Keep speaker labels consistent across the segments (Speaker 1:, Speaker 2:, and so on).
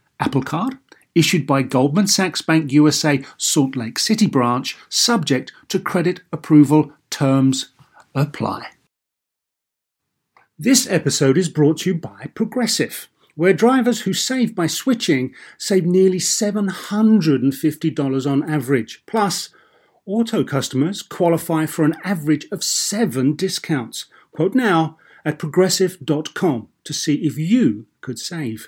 Speaker 1: Apple Card, issued by Goldman Sachs Bank USA Salt Lake City branch, subject to credit approval, terms apply. This episode is brought to you by Progressive, where drivers who save by switching save nearly $750 on average. Plus, auto customers qualify for an average of seven discounts. Quote now at progressive.com to see if you could save.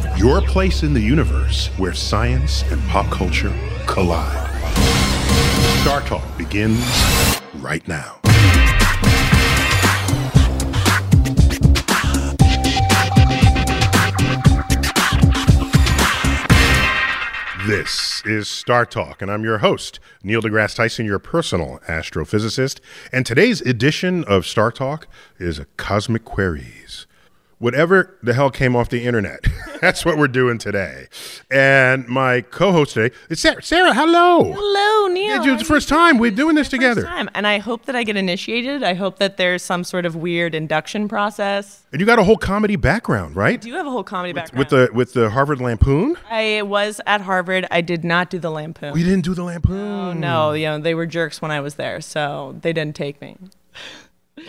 Speaker 2: your place in the universe where science and pop culture collide. Star Talk begins right now. This is Star Talk, and I'm your host, Neil deGrasse Tyson, your personal astrophysicist. And today's edition of Star Talk is a Cosmic Queries. Whatever the hell came off the internet, that's what we're doing today. And my co host today is Sarah. Sarah, hello.
Speaker 3: Hello, Neil.
Speaker 2: Yeah, it's the first time we're doing this together.
Speaker 3: First time. And I hope that I get initiated. I hope that there's some sort of weird induction process.
Speaker 2: And you got a whole comedy background, right?
Speaker 3: Do you have a whole comedy background?
Speaker 2: With the with the Harvard Lampoon?
Speaker 3: I was at Harvard. I did not do the Lampoon.
Speaker 2: We didn't do the Lampoon.
Speaker 3: oh no, you know they were jerks when I was there, so they didn't take me.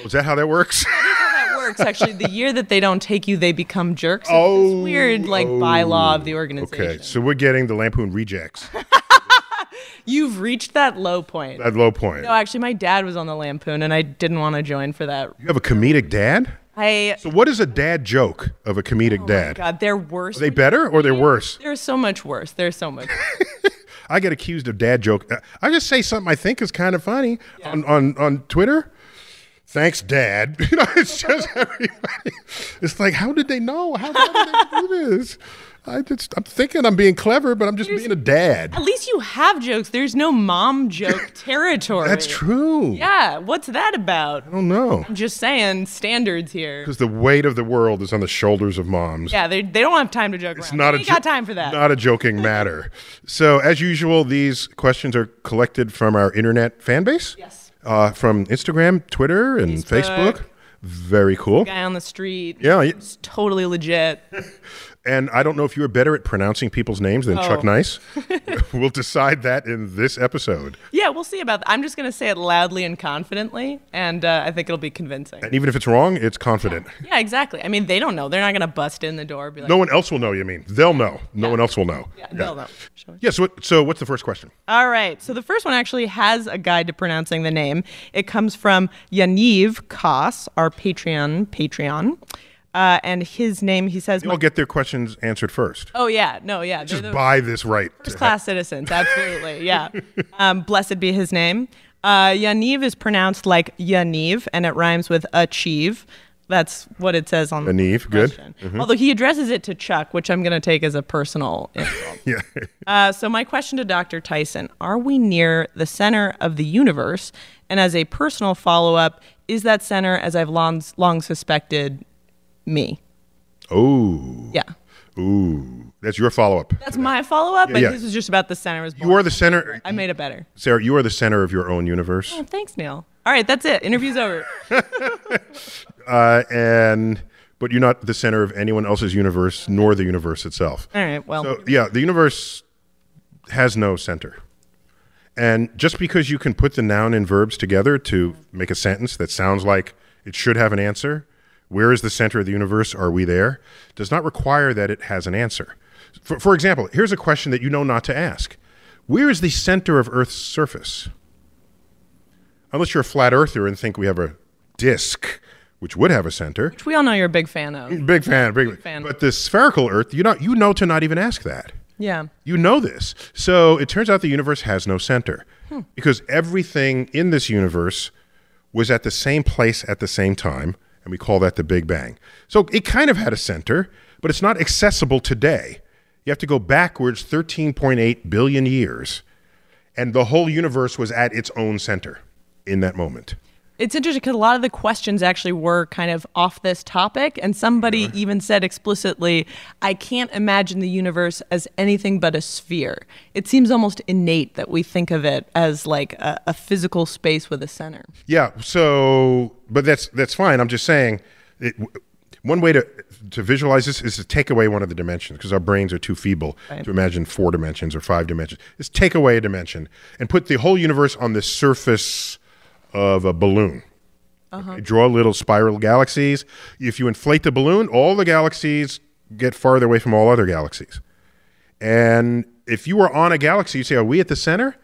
Speaker 2: Is that how that works?
Speaker 3: That works actually. the year that they don't take you, they become jerks. It's this
Speaker 2: Oh,
Speaker 3: weird like bylaw of the organization.
Speaker 2: Okay, so we're getting the Lampoon rejects
Speaker 3: You've reached that low point.
Speaker 2: at low point.
Speaker 3: no, actually, my dad was on the Lampoon, and I didn't want to join for that.
Speaker 2: You have a comedic dad?
Speaker 3: I
Speaker 2: So what is a dad joke of a comedic dad? Are
Speaker 3: Oh God, they're worse.
Speaker 2: they better or they're worse?
Speaker 3: they're so much worse. They're so much. Worse.
Speaker 2: I get accused of dad joke. Uh, I just say something I think is kind of funny on, on, on Twitter. Thanks, Dad. You know, it's just everybody. It's like, how did they know? How, how did they do this? I just, I'm thinking I'm being clever, but I'm just being a dad.
Speaker 3: At least you have jokes. There's no mom joke territory.
Speaker 2: That's true.
Speaker 3: Yeah, what's that about?
Speaker 2: I don't know.
Speaker 3: I'm just saying standards here.
Speaker 2: Because the weight of the world is on the shoulders of moms.
Speaker 3: Yeah, they, they don't have time to joke
Speaker 2: It's
Speaker 3: around.
Speaker 2: not
Speaker 3: they
Speaker 2: a
Speaker 3: ain't
Speaker 2: jo-
Speaker 3: got time for that.
Speaker 2: Not a joking matter. So, as usual, these questions are collected from our internet fan base.
Speaker 3: Yes.
Speaker 2: Uh, from Instagram, Twitter, and Facebook.
Speaker 3: Facebook.
Speaker 2: Very cool.
Speaker 3: Guy on the street.
Speaker 2: Yeah. y-
Speaker 3: It's totally legit.
Speaker 2: And I don't know if you are better at pronouncing people's names than Chuck
Speaker 3: Oh.
Speaker 2: Nice. we'll decide that in this episode.
Speaker 3: Yeah, we'll see about that. I'm just going to say it loudly and confidently, and uh, I think it'll be convincing.
Speaker 2: And even if it's wrong, it's confident.
Speaker 3: Yeah, exactly. I mean, they don't know. They're not going to bust in the door and be like,
Speaker 2: No one else will know, you mean? They'll know. No one else will know.
Speaker 3: yeah, they'll know. Shall we?
Speaker 2: Yeah, so, what- so what's the first question?
Speaker 3: All right. So the first one actually has a guide to pronouncing the name. It comes from Yaniv Koss, our Patreon Patreon, uh, and his name. He says,
Speaker 2: They all get their questions answered first.
Speaker 3: "Oh yeah, no, yeah, they're
Speaker 2: Just
Speaker 3: the
Speaker 2: buy this right.
Speaker 3: first class citizens, absolutely, yeah." Um, blessed be his name. Uh, Yaniv is pronounced like Yaniv, and it rhymes with achieve. That's what it says on
Speaker 2: Yaniv,
Speaker 3: the
Speaker 2: good. Mm-hmm.
Speaker 3: question. Although he addresses it to Chuck, which I'm going to take as a personal insult.
Speaker 2: Yeah.
Speaker 3: Uh, so my question to Dr. Tyson: Are we near the center of the universe? And as a personal follow-up, is that center, as I've long long suspected, me?
Speaker 2: oh.
Speaker 3: Yeah,
Speaker 2: Ooh. That's your follow up.
Speaker 3: that's my follow-up. But
Speaker 2: yeah.
Speaker 3: this is just about the center. Is
Speaker 2: You are the center.
Speaker 3: I made it better.
Speaker 2: Sarah, you are the center of your own universe.
Speaker 3: Oh, thanks, Neil. All right, that's it. Interview's over.
Speaker 2: Uh, and but you're not the center of anyone else's universe nor the universe itself.
Speaker 3: All right. Well,
Speaker 2: So yeah, the universe has no center. And just because you can put the noun and verbs together to make a sentence that sounds like it should have an answer, where is the center of the universe? Are we there? Does not require that it has an answer. For, for example, here's a question that you know not to ask. Where is the center of Earth's surface? Unless you're a flat earther and think we have a disk, which would have a center.
Speaker 3: Which we all know you're a big fan of.
Speaker 2: Big fan, big,
Speaker 3: fan.
Speaker 2: But the spherical Earth, you know, you know to not even ask that.
Speaker 3: Yeah.
Speaker 2: You know this. So it turns out the universe has no center because everything in this universe was at the same place at the same time. And we call that the Big Bang. So it kind of had a center, but it's not accessible today. You have to go backwards 13.8 billion years. And the whole universe was at its own center in that moment.
Speaker 3: It's interesting because a lot of the questions actually were kind of off this topic, and somebody even said explicitly, I can't imagine the universe as anything but a sphere. It seems almost innate that we think of it as like a, a physical space with a center.
Speaker 2: Yeah. So, but that's that's fine. I'm just saying, it, w- one way to to visualize this is to take away one of the dimensions because our brains are too feeble to imagine four dimensions or five dimensions. Is take away a dimension and put the whole universe on the surface of a balloon. Okay, draw little spiral galaxies. If you inflate the balloon, all the galaxies get farther away from all other galaxies. And if you were on a galaxy, you say, Are we at the center?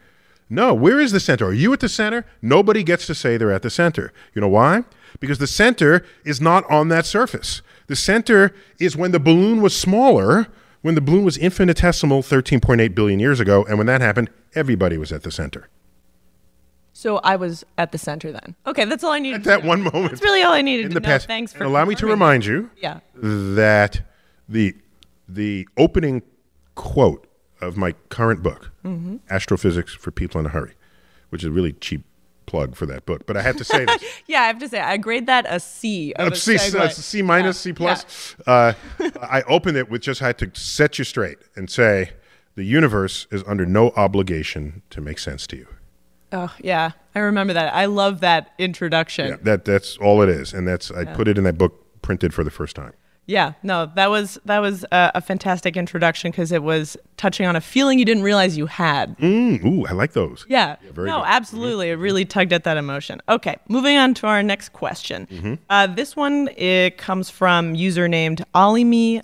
Speaker 2: No, where is the center? Are you at the center? Nobody gets to say they're at the center. You know why? Because the center is not on that surface. The center is when the balloon was smaller, when the balloon was infinitesimal 13.8 billion years ago. And when that happened, everybody was at the center.
Speaker 3: So I was at the center then. Okay, that's all I needed.
Speaker 2: At
Speaker 3: to
Speaker 2: that
Speaker 3: know.
Speaker 2: one moment.
Speaker 3: That's really all I needed
Speaker 2: in
Speaker 3: to
Speaker 2: the
Speaker 3: know.
Speaker 2: past.
Speaker 3: Thanks
Speaker 2: And
Speaker 3: for
Speaker 2: allow me to
Speaker 3: confirming
Speaker 2: remind you
Speaker 3: Yeah.
Speaker 2: that the the opening quote of my current book,
Speaker 3: Mm-hmm.
Speaker 2: Astrophysics for People in a Hurry, which is a really cheap plug for that book, but I had to say this.
Speaker 3: that. Yeah, I have to say, I grade that a C. Of a
Speaker 2: C, uh,
Speaker 3: segue.
Speaker 2: C minus, C plus. Uh, I opened it with just had to set you straight and say the universe is under no obligation to make sense to you.
Speaker 3: Oh, yeah. I remember that. I love that introduction.
Speaker 2: Yeah, that that's all it is, and that's I put it in that book printed for the first time.
Speaker 3: Yeah, no, that was that was a, a fantastic introduction because it was touching on a feeling you didn't realize you had.
Speaker 2: Mm, ooh, I like those.
Speaker 3: Yeah,
Speaker 2: very
Speaker 3: no,
Speaker 2: good.
Speaker 3: absolutely, it really tugged at that emotion. Okay, moving on to our next question.
Speaker 2: Mm-hmm.
Speaker 3: Uh, this one it comes from user named Olimi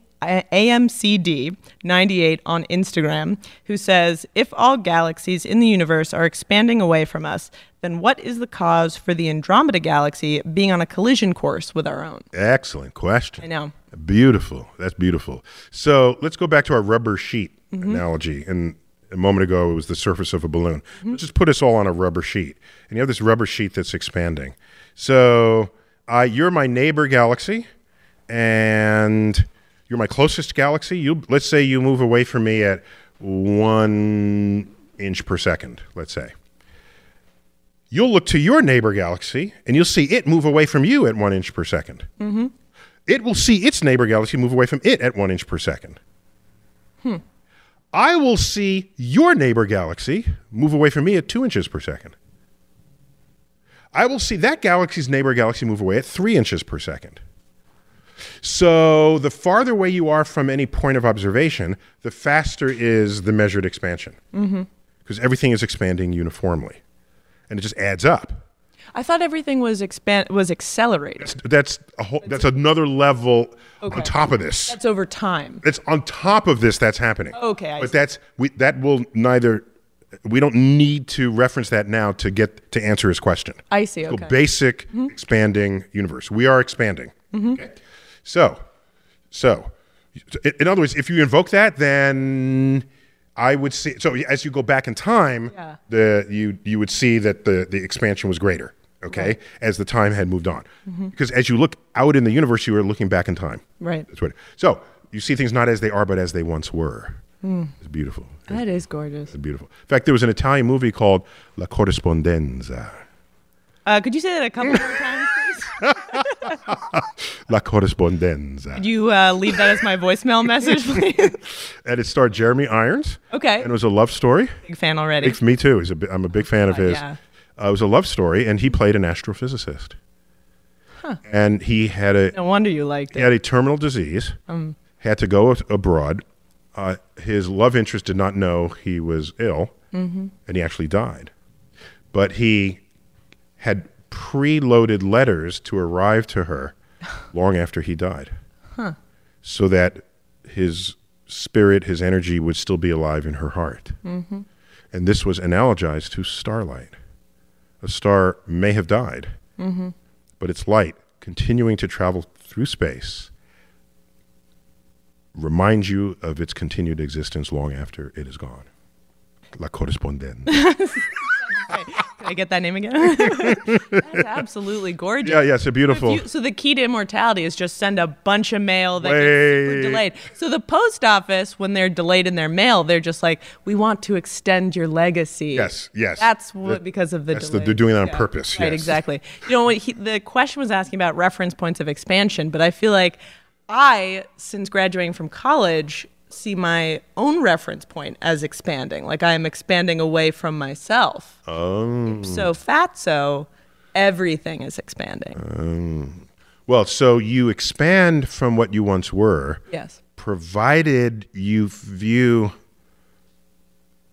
Speaker 3: AMCD98 on Instagram, who says, "If all galaxies in the universe are expanding away from us, then what is the cause for the Andromeda galaxy being on a collision course with our own?"
Speaker 2: Excellent question.
Speaker 3: I know.
Speaker 2: Beautiful. That's beautiful. So let's go back to our rubber sheet
Speaker 3: Mm-hmm.
Speaker 2: analogy. And a moment ago, it was the surface of a balloon.
Speaker 3: Mm-hmm.
Speaker 2: Let's just put us all on a rubber sheet. And you have this rubber sheet that's expanding. So I, you're my neighbor galaxy, and you're my closest galaxy. You let's say you move away from me at one inch per second. Let's say you'll look to your neighbor galaxy and you'll see it move away from you at one inch per 2nd Mm-hmm. It will see its neighbor galaxy move away from it at one inch per second. Hmm. I will see your neighbor galaxy move away from me at two inches per second. I will see that galaxy's neighbor galaxy move away at three inches per second. So the farther away you are from any point of observation, the faster is the measured expansion. Because everything is expanding uniformly and it just adds up.
Speaker 3: I thought everything was expand was accelerated.
Speaker 2: That's a whole, that's another level
Speaker 3: Okay.
Speaker 2: on top of this.
Speaker 3: That's over time.
Speaker 2: That's on top of this that's happening.
Speaker 3: Okay, I
Speaker 2: but
Speaker 3: see.
Speaker 2: that's we that will neither we don't need to reference that now to get to answer his question.
Speaker 3: I see.
Speaker 2: So
Speaker 3: Okay. Mm-hmm.
Speaker 2: basic expanding universe. We are expanding. Okay. So, so in- in other words, if you invoke that, then I would see. So as you go back in time,
Speaker 3: Yeah.
Speaker 2: the you you would see that the the expansion was greater. Okay, as the time had moved on, because as you look out in the universe, you are looking back in time.
Speaker 3: Mm-hmm. Right.
Speaker 2: That's what. So you see things not as they are, but as they once were.
Speaker 3: Hmm.
Speaker 2: It's beautiful.
Speaker 3: That is gorgeous.
Speaker 2: It's beautiful. In fact, there was an Italian movie called La Corrispondenza.
Speaker 3: Uh, could you say that a couple more times, please?
Speaker 2: La Corrispondenza.
Speaker 3: Could you uh, leave that as my voicemail message, please?
Speaker 2: and it starred Jeremy Irons.
Speaker 3: Okay.
Speaker 2: And it was a love story.
Speaker 3: Big fan already.
Speaker 2: Big, me too. He's a bi- I'm a big fan of
Speaker 3: God,
Speaker 2: his.
Speaker 3: yeah.
Speaker 2: Uh, it was a love story, and he played an astrophysicist. And he had a
Speaker 3: No wonder you liked
Speaker 2: he
Speaker 3: it.
Speaker 2: had a terminal disease. Had to go a- abroad. Uh, his love interest did not know he was ill, and he actually died. But he had preloaded letters to arrive to her long after he died, so that his spirit, his energy, would still be alive in her heart. and this was analogized to starlight. A star may have died, but its light continuing to travel through space reminds you of its continued existence long after it is gone. La correspondente.
Speaker 3: Did I get that name again? That's absolutely gorgeous.
Speaker 2: yeah, yeah, it's a beautiful.
Speaker 3: You- so the key to immortality is just send a bunch of mail that gets
Speaker 2: Wait.
Speaker 3: super delayed. So the post office, when they're delayed in their mail, they're just like, "We want to extend your legacy."
Speaker 2: Yes, yes.
Speaker 3: That's what
Speaker 2: That-
Speaker 3: because of the.
Speaker 2: that's the-
Speaker 3: delay.
Speaker 2: they're doing that on purpose,
Speaker 3: Right,
Speaker 2: yes.
Speaker 3: exactly. You know, what he, the question was asking about reference points of expansion, but I feel like I, since graduating from college. See my own reference point as expanding, like I am expanding away from myself.
Speaker 2: Oh.
Speaker 3: So fatso, everything is expanding.
Speaker 2: Uh. well, so you expand from what you once were,
Speaker 3: yes.
Speaker 2: provided you view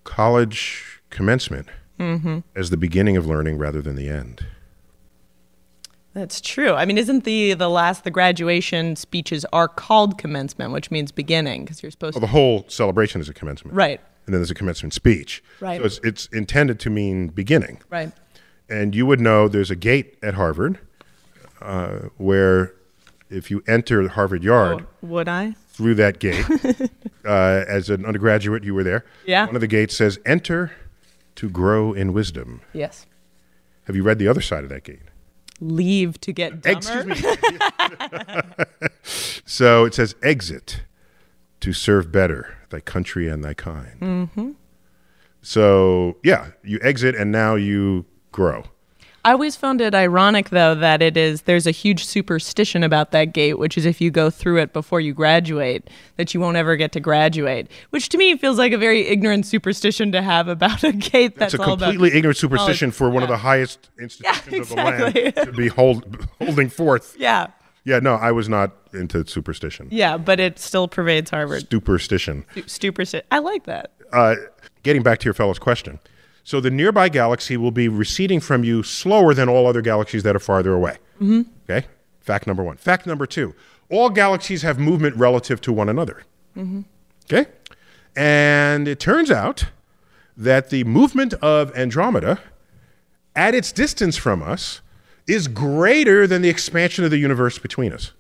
Speaker 2: college commencement
Speaker 3: Mm-hmm.
Speaker 2: as the beginning of learning rather than the end.
Speaker 3: That's true. I mean, isn't the the last the graduation speeches are called commencement, which means beginning because you're supposed
Speaker 2: Well,
Speaker 3: to
Speaker 2: Oh, the whole celebration is a commencement.
Speaker 3: Right.
Speaker 2: And then there's a commencement speech.
Speaker 3: Right.
Speaker 2: So it's, it's intended to mean beginning.
Speaker 3: right.
Speaker 2: And you would know there's a gate at Harvard uh, where if you enter Harvard Yard,
Speaker 3: Would I?
Speaker 2: through that gate. uh, as an undergraduate, you were there.
Speaker 3: Yeah.
Speaker 2: One of the gates says, "Enter to grow in wisdom."
Speaker 3: Yes.
Speaker 2: Have you read the other side of that gate?
Speaker 3: Leave to get dumber.
Speaker 2: Excuse me. so it says, "Exit to serve better thy country and thy kind." Mm-hmm. So yeah, you exit and now you grow.
Speaker 3: I always found it ironic though that it is there's a huge superstition about that gate, which is if you go through it before you graduate, that you won't ever get to graduate. Which to me feels like a very ignorant superstition to have about a gate that's,
Speaker 2: It's a
Speaker 3: all about
Speaker 2: completely ignorant superstition
Speaker 3: college.
Speaker 2: for one of
Speaker 3: Yeah.
Speaker 2: the highest institutions of the
Speaker 3: exactly.
Speaker 2: land to be hold, holding forth.
Speaker 3: Yeah.
Speaker 2: Yeah, no, I was not into superstition.
Speaker 3: Yeah, but it still pervades Harvard.
Speaker 2: Superstition.
Speaker 3: Superstition. I like that.
Speaker 2: Uh, getting back to your fellow's question. So the nearby galaxy will be receding from you slower than all other galaxies that are farther away. Mm-hmm. Okay? Fact number one. Fact number two all galaxies have movement relative to one another. Okay? And it turns out that the movement of Andromeda at its distance from us is greater than the expansion of the universe between us.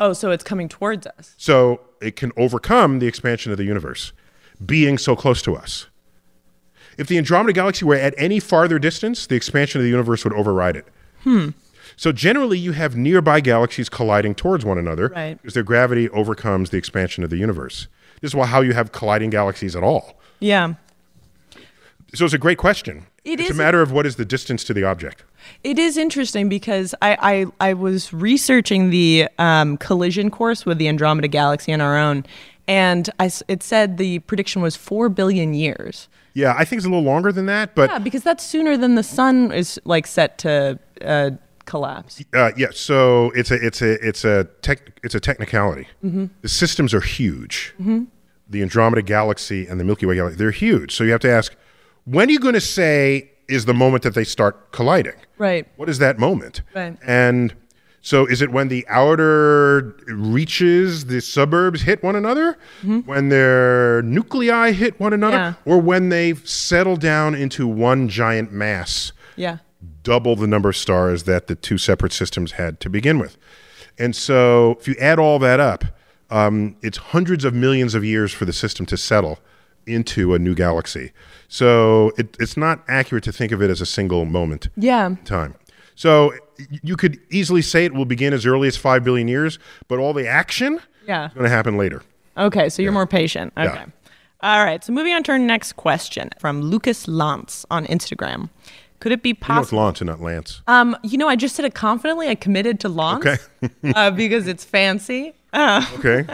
Speaker 3: Oh, so it's coming towards us.
Speaker 2: So it can overcome the expansion of the universe, being so close to us. If the Andromeda Galaxy were at any farther distance, the expansion of the universe would override it.
Speaker 3: Hmm.
Speaker 2: So generally, you have nearby galaxies colliding towards one another
Speaker 3: Right.
Speaker 2: because their gravity overcomes the expansion of the universe. This is why how you have colliding galaxies at all.
Speaker 3: Yeah.
Speaker 2: So it's a great question.
Speaker 3: It
Speaker 2: it's
Speaker 3: is
Speaker 2: a
Speaker 3: a-
Speaker 2: matter of what is the distance to the object.
Speaker 3: It is interesting because I, I, I was researching the um, collision course with the Andromeda Galaxy and our own, and I s it said the prediction was 4 billion years.
Speaker 2: Yeah, I think it's a little longer than that, but
Speaker 3: Yeah, because that's sooner than the sun is like set to uh, collapse.
Speaker 2: Uh, yeah, so it's a it's a it's a tech it's a technicality.
Speaker 3: Mm-hmm.
Speaker 2: The systems are huge. The Andromeda Galaxy and the Milky Way Galaxy they're huge. So you have to ask, when are you going to say is the moment that they start colliding?
Speaker 3: Right.
Speaker 2: What is that moment?
Speaker 3: Right.
Speaker 2: And so is it when the outer reaches the suburbs hit one another, when their nuclei hit one another,
Speaker 3: Mm-hmm. Yeah.
Speaker 2: or when they settle down into one giant mass?
Speaker 3: Yeah.
Speaker 2: double the number of stars that the two separate systems had to begin with. And so, if you add all that up, um, it's hundreds of millions of years for the system to settle into a new galaxy. So, it, it's not accurate to think of it as a single moment
Speaker 3: Yeah.
Speaker 2: in time. So, y- you could easily say it will begin as early as 5 billion years, but all the action
Speaker 3: Yeah.
Speaker 2: is going to happen later.
Speaker 3: Okay, so you're more patient. Okay.
Speaker 2: Yeah.
Speaker 3: All right, so moving on to our next question from Lucas Lance on Instagram. Could it be
Speaker 2: You know, it's
Speaker 3: possible?
Speaker 2: Lance and not Lance.
Speaker 3: Um, you know, I just said it confidently. I committed to Lance uh, because it's fancy. Because
Speaker 2: Okay.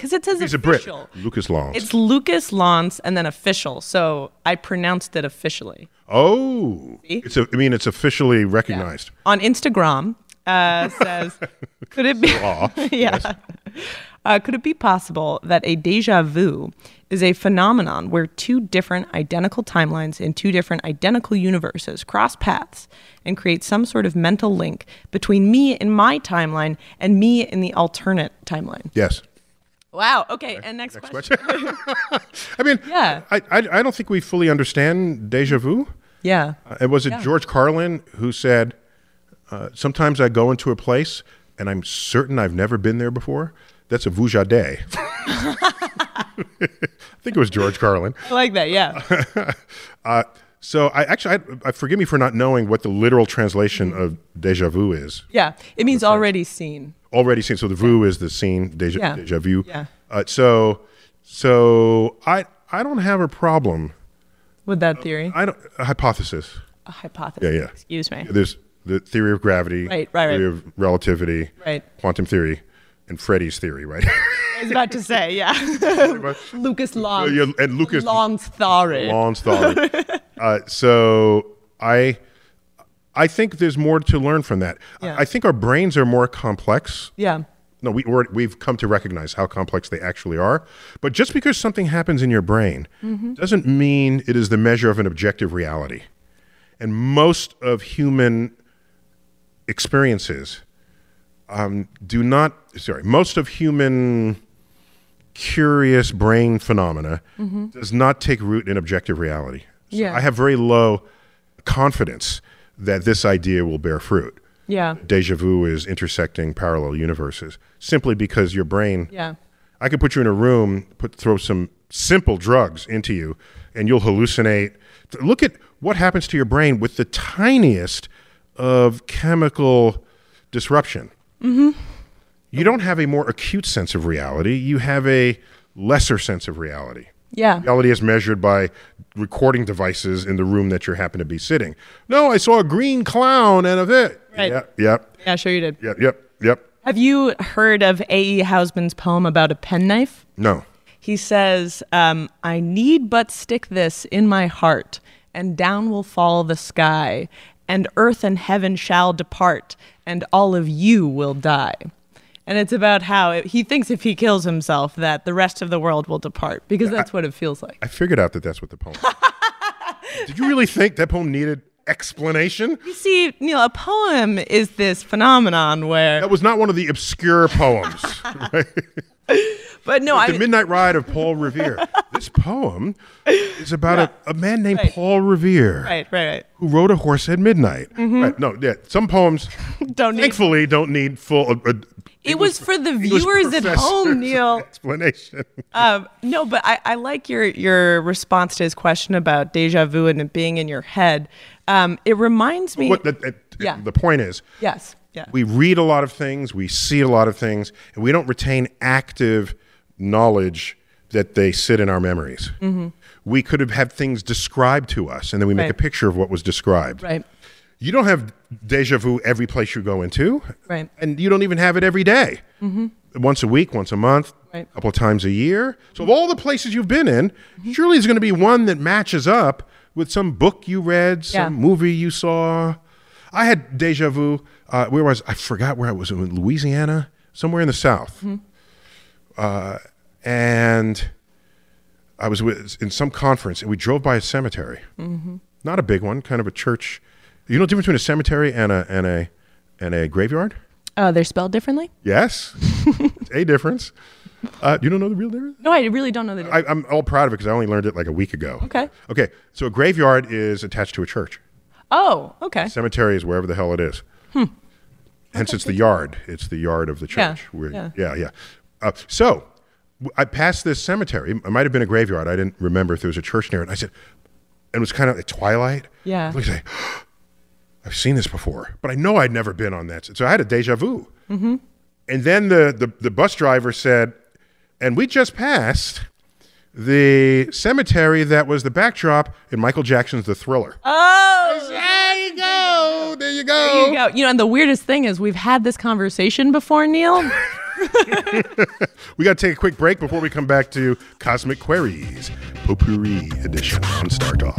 Speaker 3: it says
Speaker 2: He's a Brit.
Speaker 3: official.
Speaker 2: Lucas Lance.
Speaker 3: It's Lucas Lance and then official. So I pronounced it officially.
Speaker 2: oh. It's a, I mean, it's officially recognized.
Speaker 3: On Instagram, uh, says, could it be? yeah. Uh, could it be possible that a deja vu is a phenomenon where two different identical timelines in two different identical universes cross paths and create some sort of mental link between me in my timeline and me in the alternate timeline?
Speaker 2: Yes.
Speaker 3: Wow. Okay. And next, question.
Speaker 2: I mean,
Speaker 3: Yeah.
Speaker 2: I, I, I don't think we fully understand deja vu.
Speaker 3: Yeah.
Speaker 2: And was it George Carlin who said, uh, "Sometimes I go into a place and I'm certain I've never been there before." That's a vujade. I think it was George Carlin.
Speaker 3: I like that. Yeah.
Speaker 2: Uh, so I actually, I, I forgive me for not knowing what the literal translation of deja vu is.
Speaker 3: Yeah. It means already seen.
Speaker 2: Already seen. So the vu is the scene. Deja,
Speaker 3: Yeah.
Speaker 2: deja vu.
Speaker 3: Yeah.
Speaker 2: Uh, so, so I, I don't have a problem.
Speaker 3: With that theory,
Speaker 2: I don't a hypothesis.
Speaker 3: a hypothesis.
Speaker 2: Yeah, yeah.
Speaker 3: Excuse me.
Speaker 2: There's the theory of gravity,
Speaker 3: Right, right,
Speaker 2: theory
Speaker 3: right.
Speaker 2: of relativity,
Speaker 3: Right.
Speaker 2: quantum theory, and Freddy's theory, right?
Speaker 3: I was about to say. Yeah. Lucas Long.
Speaker 2: yeah, and Lucas-
Speaker 3: Long's theory.
Speaker 2: Long's theory. uh, so I, I think there's more to learn from that. I-
Speaker 3: Yeah.
Speaker 2: I think our brains are more complex.
Speaker 3: Yeah.
Speaker 2: No, we, we're, we've come to recognize how complex they actually are. But just because something happens in your brain doesn't mean it is the measure of an objective reality. And most of human experiences um, do not, sorry, most of human curious brain phenomena does not take root in objective reality. So
Speaker 3: Yeah.
Speaker 2: I have very low confidence that this idea will bear fruit
Speaker 3: Yeah.
Speaker 2: deja vu is intersecting parallel universes simply because your brain
Speaker 3: Yeah.
Speaker 2: i could put you in a room put throw some simple drugs into you and you'll hallucinate look at what happens to your brain with the tiniest of chemical disruption mm-hmm. you don't have a more acute sense of reality you have a lesser sense of reality
Speaker 3: Yeah.
Speaker 2: Reality is measured by recording devices in the room that you happen to be sitting. No, I saw a green clown and a bit.
Speaker 3: Right.
Speaker 2: Yep, yep,
Speaker 3: Yeah. Sure you did.
Speaker 2: yep, yep, yep.
Speaker 3: Have you heard of A.E. Hausman's poem about a penknife?
Speaker 2: No.
Speaker 3: He says, um, I need but stick this in my heart, and down will fall the sky, and earth and heaven shall depart, and all of you will die. And it's about how it, he thinks if he kills himself, that the rest of the world will depart, because that's what it feels like.
Speaker 2: I figured out that that's what the poem Did you really think that poem needed explanation?
Speaker 3: You see, Neil, a poem is this phenomenon where,
Speaker 2: That was not one of the obscure poems. right?
Speaker 3: but no,
Speaker 2: The
Speaker 3: I,
Speaker 2: Midnight Ride of Paul Revere. This poem is about a, a man named
Speaker 3: Right.
Speaker 2: Paul Revere
Speaker 3: right, right,
Speaker 2: who rode a horse at midnight. Right, no, yeah, some poems
Speaker 3: right. Don't need.
Speaker 2: thankfully don't need full uh, uh,
Speaker 3: It was for the
Speaker 2: English
Speaker 3: viewers at
Speaker 2: professor's
Speaker 3: home, Neil.
Speaker 2: Explanation.
Speaker 3: Um, no, but I, I like your your response to his question about deja vu and it being in your head. Um, it reminds me.
Speaker 2: what the, uh,
Speaker 3: Yeah.
Speaker 2: the point is,
Speaker 3: yes. Yeah.
Speaker 2: we read a lot of things, we see a lot of things, and we don't retain active knowledge that they sit in our memories. We could have had things described to us, and then we make
Speaker 3: Mm-hmm. Right.
Speaker 2: a picture of what was described.
Speaker 3: right.
Speaker 2: You don't have deja vu every place you go into,
Speaker 3: Right.
Speaker 2: and you don't even have it every day. Once a week, once a month,
Speaker 3: Mm-hmm. Right.
Speaker 2: a couple of times a year. So, of all the places you've been in,
Speaker 3: Mm-hmm.
Speaker 2: surely there's going to be one that matches up with some book you read, some
Speaker 3: Yeah.
Speaker 2: movie you saw. I had deja vu. Uh, where was I? Forgot where I was in Louisiana, somewhere in the South,
Speaker 3: Mm-hmm.
Speaker 2: uh, and I was with, in some conference, and we drove by a cemetery.
Speaker 3: Mm-hmm.
Speaker 2: Not a big one, kind of a church. You know the difference between a cemetery and a and a and a graveyard?
Speaker 3: Uh, they're spelled differently.
Speaker 2: Yes, it's a difference. Uh, you don't know the real difference?
Speaker 3: No, I really don't know the.
Speaker 2: I, I'm all proud of it because I only learned it like a week ago.
Speaker 3: Okay.
Speaker 2: Okay. So a graveyard is attached to a church.
Speaker 3: oh, okay. Hmm.
Speaker 2: Cemetery is wherever the hell it is. Hence, it's the yard. It's the yard of the
Speaker 3: Yeah,
Speaker 2: church. Where-
Speaker 3: yeah.
Speaker 2: yeah. yeah. Uh, so w- I passed this cemetery. It might have been a graveyard. I didn't remember if there was a church near it. I said, and it was kind of at twilight.
Speaker 3: Yeah.
Speaker 2: I looked and I, I've seen this before, but I know I'd never been on that. So I had a deja vu.
Speaker 3: Mm-hmm.
Speaker 2: And then the, the, the bus driver said, and we just passed the cemetery that was the backdrop in Michael Jackson's The Thriller.
Speaker 3: Oh.
Speaker 2: There you go. There you go.
Speaker 3: There you go. You know, and the weirdest thing is we've had this conversation before, Neil.
Speaker 2: We got to take a quick break before we come back to Cosmic Queries, Potpourri Edition on Star Talk.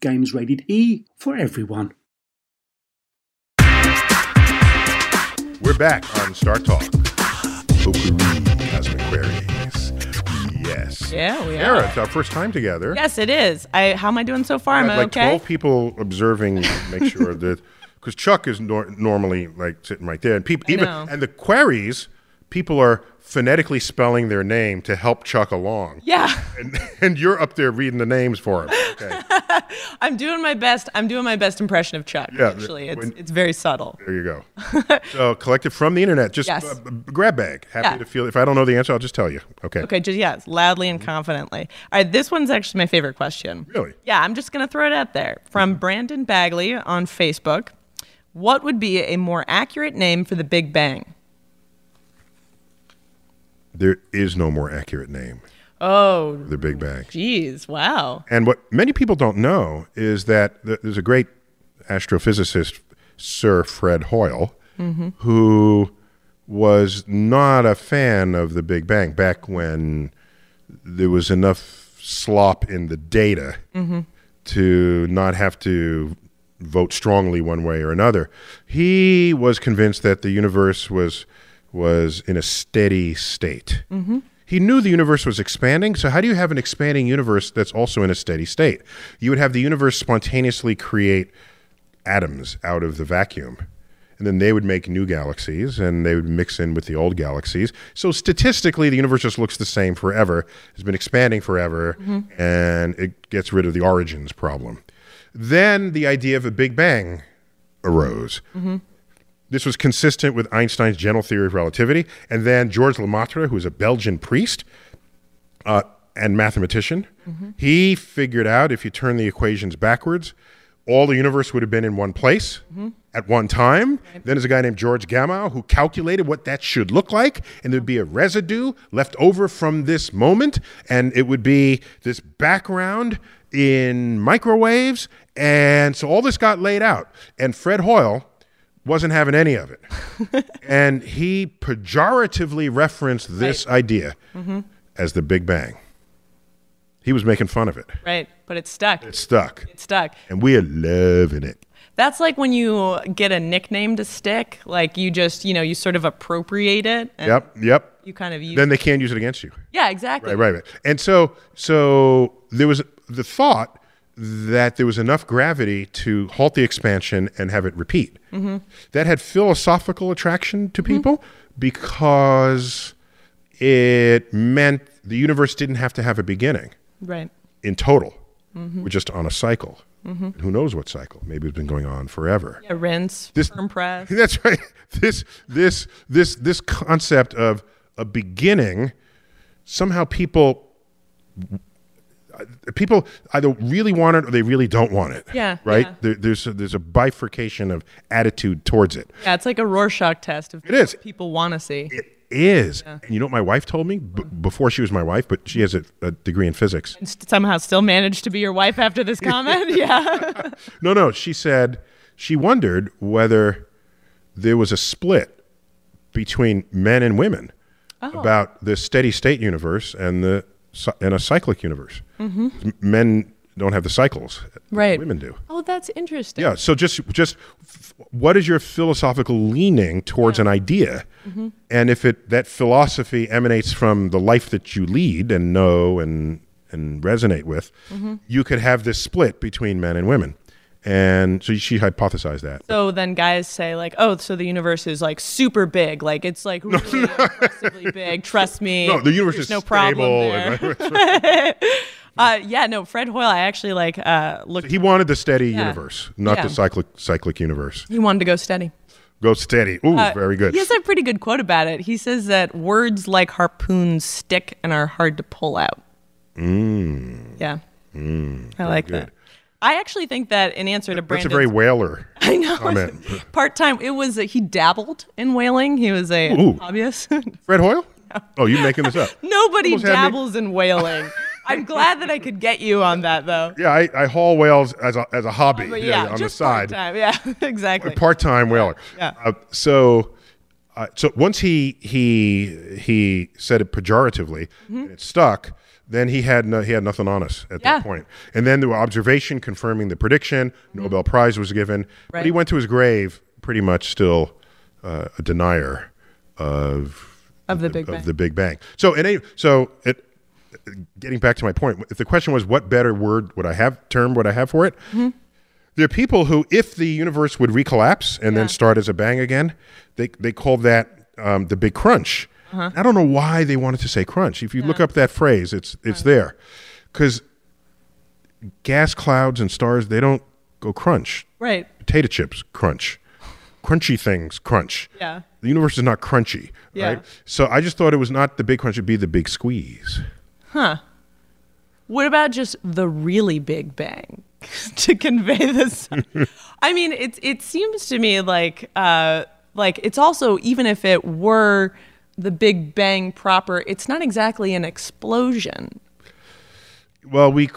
Speaker 1: games rated E for everyone.
Speaker 2: We're back on Star Talk. Okaroo Cosmic Queries. Yes.
Speaker 3: Yeah, we
Speaker 2: Sarah,
Speaker 3: are.
Speaker 2: it's our first time together.
Speaker 3: Yes, it is. I how am I doing so far? Am
Speaker 2: Had,
Speaker 3: I
Speaker 2: like
Speaker 3: okay?
Speaker 2: 12 people observing, make sure that. Because Chuck is nor- normally like sitting right there. And people, even,
Speaker 3: know.
Speaker 2: and the queries, people are phonetically spelling their name to help Chuck along.
Speaker 3: Yeah.
Speaker 2: And, and you're up there reading the names for him. Okay.
Speaker 3: I'm doing my best. I'm doing my best impression of Chuck.
Speaker 2: Yeah,
Speaker 3: actually, it's
Speaker 2: when-
Speaker 3: it's very subtle.
Speaker 2: There you go. so collected from the internet. Just
Speaker 3: Yes.
Speaker 2: uh, b- grab bag. Happy
Speaker 3: Yeah.
Speaker 2: to feel. If I don't know the answer, I'll just tell you. Okay.
Speaker 3: Okay, just yes, loudly and confidently. All right, this one's actually my favorite question.
Speaker 2: Mm-hmm. Really? Mm-hmm.
Speaker 3: Yeah, I'm just gonna throw it out there from Brandon Bagley on Facebook. What would be a more accurate name for the Big Bang?
Speaker 2: There is no more accurate name.
Speaker 3: Oh,
Speaker 2: for The Big Bang.
Speaker 3: geez, wow.
Speaker 2: And what many people don't know is that th- there's a great astrophysicist, Sir Fred Hoyle,
Speaker 3: Mm-hmm.
Speaker 2: who was not a fan of the Big Bang back when there was enough slop in the data
Speaker 3: Mm-hmm.
Speaker 2: to not have to vote strongly one way or another. He was convinced that the universe was was in a steady state. He knew the universe was expanding, so how do you have an expanding universe that's also in a steady state? You would have the universe spontaneously create atoms out of the vacuum. And then they would make new galaxies and they would mix in with the old galaxies. So statistically, the universe just looks the same forever. It's been expanding forever and it gets rid of the origins problem. Then the idea of a Big Bang arose. This was consistent with Einstein's general theory of relativity. And then Georges Lemaitre, who was a Belgian priest, uh, and mathematician. He figured out if you turn the equations backwards, all the universe would have been in one place at one time. Then there's a guy named George Gamow who calculated what that should look like, and there'd be a residue left over from this moment, and it would be this background in microwaves. And so all this got laid out. And Fred Hoyle wasn't having any of it. and he pejoratively referenced this idea as the Big Bang. He was making fun of it.
Speaker 3: right? But it's stuck.
Speaker 2: It stuck.
Speaker 3: It's stuck.
Speaker 2: And we are loving it.
Speaker 3: That's like when you get a nickname to stick. Like you just, you know, you sort of appropriate it. And
Speaker 2: Yep, yep.
Speaker 3: You kind of use.
Speaker 2: Then they can use it against you.
Speaker 3: yeah, exactly.
Speaker 2: Right, right, right. And so, so there was the thought that there was enough gravity to halt the expansion and have it repeat.
Speaker 3: Mm-hmm.
Speaker 2: That had philosophical attraction to people because it meant the universe didn't have to have a beginning
Speaker 3: Right.
Speaker 2: in total.
Speaker 3: Mm-hmm.
Speaker 2: We're just on a cycle. Who knows what cycle? Maybe it's been going on forever.
Speaker 3: Yeah, rinse,
Speaker 2: This-
Speaker 3: firm press.
Speaker 2: That's right. This this this this concept of a beginning somehow people people either really want it or they really don't want it.
Speaker 3: Yeah,
Speaker 2: Right.
Speaker 3: yeah.
Speaker 2: There, there's a, there's a bifurcation of attitude towards it.
Speaker 3: Yeah, it's like a Rorschach test of
Speaker 2: It is.
Speaker 3: what people want to see.
Speaker 2: It is. And you know what my wife told me b-
Speaker 3: Mm-hmm.
Speaker 2: before she was my wife, but she has a, a degree in physics.
Speaker 3: And st- somehow still managed to be your wife after this comment. yeah.
Speaker 2: No, no. She said she wondered whether there was a split between men and women about the steady state universe and the cy- and a cyclic universe. M- Men don't have the cycles, that
Speaker 3: Right.
Speaker 2: Women do.
Speaker 3: Oh, that's interesting.
Speaker 2: Yeah. So just just f- what is your philosophical leaning towards an idea,
Speaker 3: Mm-hmm.
Speaker 2: and if it that philosophy emanates from the life that you lead and know and and resonate with,
Speaker 3: Mm-hmm.
Speaker 2: you could have this split between men and women, and so she hypothesized that.
Speaker 3: So then guys say like, oh, so the universe is like super big. Like it's like really impressively big. Trust me.
Speaker 2: No, the universe
Speaker 3: There's
Speaker 2: is
Speaker 3: no problem
Speaker 2: stable. and-
Speaker 3: there. Uh, yeah, no, Fred Hoyle, I actually like uh, looked.
Speaker 2: he wanted the steady universe, not
Speaker 3: Yeah.
Speaker 2: the cyclic cyclic universe.
Speaker 3: He wanted to go steady.
Speaker 2: Go steady. Ooh,
Speaker 3: Uh,
Speaker 2: very good.
Speaker 3: He has a pretty good quote about it. He says that words like harpoons stick and are hard to pull out. Mm. Yeah. I like that. I actually think that in answer to
Speaker 2: Mm. That's a
Speaker 3: Brandon,
Speaker 2: very whaler.
Speaker 3: I know
Speaker 2: comment.
Speaker 3: part time. It was he dabbled in whaling. He was a
Speaker 2: Ooh.
Speaker 3: hobbyist.
Speaker 2: Fred Hoyle? Oh, you're making this up.
Speaker 3: Nobody
Speaker 2: Almost had me-
Speaker 3: dabbles in whaling. I'm glad that I could get you on that though.
Speaker 2: Yeah, I, I haul whales as a, as a hobby.
Speaker 3: But
Speaker 2: yeah,
Speaker 3: yeah,
Speaker 2: on
Speaker 3: just
Speaker 2: the side.
Speaker 3: part-time. Yeah, exactly.
Speaker 2: Part time whaler.
Speaker 3: Yeah.
Speaker 2: Uh, so, uh, so once he he he said it pejoratively,
Speaker 3: Mm-hmm.
Speaker 2: and it stuck. Then he had no, he had nothing on us at
Speaker 3: Yeah.
Speaker 2: that point. And then there were observation confirming the prediction. Nobel Prize was given, but he
Speaker 3: Mm-hmm. Right.
Speaker 2: went to his grave pretty much still uh, a denier of
Speaker 3: Of the Big Bang.
Speaker 2: of the Big Bang. So in a, so it getting back to my point, if the question was what better word would I have term would I have for it?
Speaker 3: Mm-hmm.
Speaker 2: There are people who, if the universe would recollapse and then start as a bang again, they they call that um, the big crunch.
Speaker 3: Uh-huh.
Speaker 2: I don't know why they wanted to say crunch. If you look up that phrase, it's it's there, because gas clouds and stars they don't go crunch.
Speaker 3: right.
Speaker 2: Potato chips crunch, crunchy things crunch.
Speaker 3: Yeah.
Speaker 2: The universe is not crunchy,
Speaker 3: Yeah.
Speaker 2: right? So I just thought it was not the big crunch; it'd be the big squeeze.
Speaker 3: What about just the really big bang to convey this? I mean, it it seems to me like uh, like it's also even if it were the big bang proper, it's not exactly an explosion.
Speaker 2: Well, we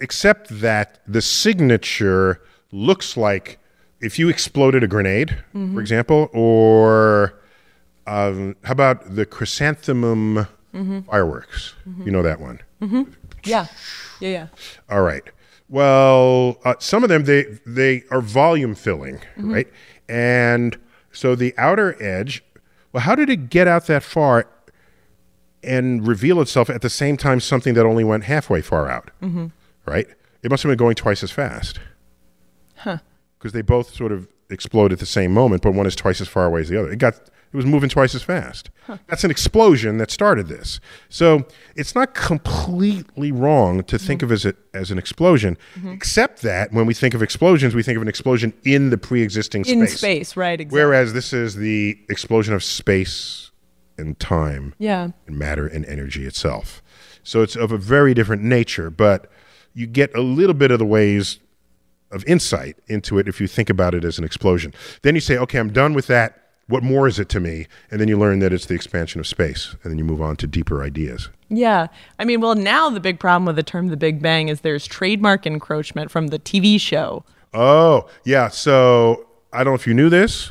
Speaker 2: accept that the signature looks like if you exploded a grenade,
Speaker 3: Mm-hmm.
Speaker 2: for example, or um, how about the chrysanthemum
Speaker 3: Mm-hmm.
Speaker 2: fireworks? You know that one.
Speaker 3: Yeah. Yeah, yeah.
Speaker 2: All right. Well, uh, some of them they they are volume filling, right? And so the outer edge. Well, how did it get out that far and reveal itself at the same time? Something that only went halfway far out,
Speaker 3: Mm-hmm.
Speaker 2: right? It must have been going twice as fast. Huh. Because they both sort of explode at the same moment, but one is twice as far away as the other. It got it was moving twice as fast. That's an explosion that started this. So it's not completely wrong to think
Speaker 3: Mm-hmm.
Speaker 2: of as a, as an explosion, except that when we think of explosions, we think of an explosion in the pre-existing
Speaker 3: In
Speaker 2: space.
Speaker 3: space, right, exactly.
Speaker 2: Whereas this is the explosion of space and time
Speaker 3: yeah.
Speaker 2: and matter and energy itself. So it's of a very different nature, but you get a little bit of the ways of insight into it if you think about it as an explosion. Then you say, okay, I'm done with that. What more is it to me? And then you learn that it's the expansion of space, and then you move on to deeper ideas.
Speaker 3: Yeah. I mean, well, now the big problem with the term the Big Bang is there's trademark encroachment from the TV show.
Speaker 2: Oh, yeah. So I don't know if you knew this.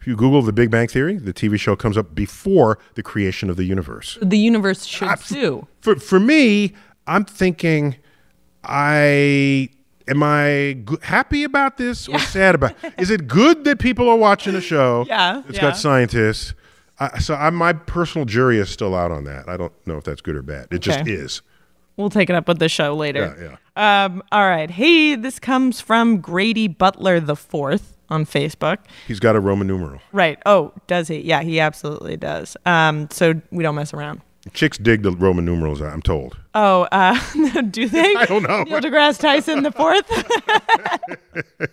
Speaker 2: If you Google the Big Bang Theory, the TV show comes up before the creation of the universe.
Speaker 3: The universe should sue.
Speaker 2: For, for me, I'm thinking, I am I g- happy about this or sad about? Is it good that people are watching the show?
Speaker 3: Yeah,
Speaker 2: it's
Speaker 3: yeah.
Speaker 2: got scientists. I, so I, my personal jury is still out on that. I don't know if that's good or bad. It just
Speaker 3: Okay.
Speaker 2: is.
Speaker 3: We'll take it up with the show later.
Speaker 2: Yeah, yeah.
Speaker 3: Um, all right. Hey, this comes from Grady Butler the Fourth on Facebook.
Speaker 2: He's got a Roman numeral.
Speaker 3: Right. Oh, does he? Yeah, he absolutely does. Um, so we don't mess around.
Speaker 2: Chicks dig the Roman numerals. I'm told.
Speaker 3: Oh, uh, do they?
Speaker 2: I don't know.
Speaker 3: Neil deGrasse Tyson the Fourth.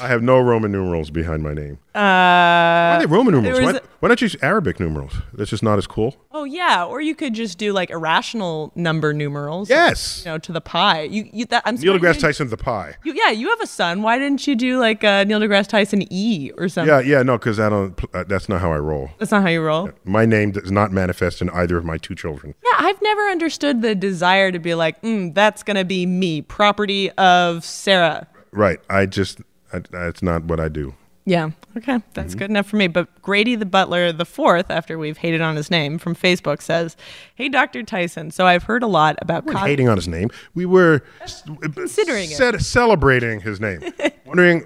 Speaker 2: I have no Roman numerals behind my name. Uh, Why are they Roman numerals?
Speaker 3: there
Speaker 2: Why,
Speaker 3: was-
Speaker 2: why don't you use Arabic numerals? That's just not as cool.
Speaker 3: oh yeah, or you could just do like irrational number numerals.
Speaker 2: Yes.
Speaker 3: You know, to the pi. You, you that I'm
Speaker 2: Neil deGrasse
Speaker 3: surprised you-
Speaker 2: Tyson, the pie.
Speaker 3: You, yeah, you have a son. Why didn't you do like uh, Neil deGrasse Tyson E or something?
Speaker 2: Yeah, yeah, no, because I don't. Uh, that's not how I roll.
Speaker 3: That's not how you roll.
Speaker 2: My name does not manifest in either of my two children.
Speaker 3: Yeah, I've never understood the desire to be like, mm, that's gonna be me, property of Sarah.
Speaker 2: Right. I just. I, that's not what I do.
Speaker 3: Yeah. Okay. That's good enough for me. But Grady the Butler, the fourth, after we've hated on his name from Facebook, says, Hey, Dr. Tyson. So I've heard a lot about
Speaker 2: We weren't
Speaker 3: cos-
Speaker 2: hating on his name. We were
Speaker 3: Considering it.
Speaker 2: it, celebrating his name, wondering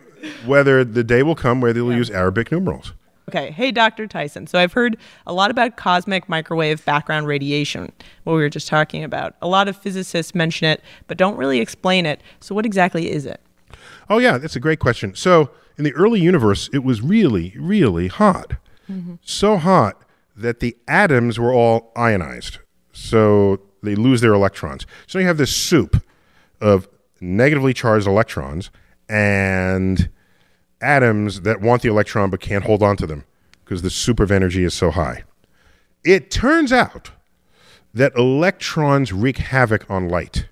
Speaker 2: whether the day will come where they'll use Arabic numerals.
Speaker 3: Okay. Hey, Dr. Tyson. So I've heard a lot about cosmic microwave background radiation, what we were just talking about. A lot of physicists mention it, but don't really explain it. So what exactly is it?
Speaker 2: Oh, yeah, that's a great question. So, in the early universe, it was really, really hot. So hot that the atoms were all ionized. So, they lose their electrons. So, you have this soup of negatively charged electrons and atoms that want the electron but can't hold on to them because the soup of energy is so high. It turns out that electrons wreak havoc on light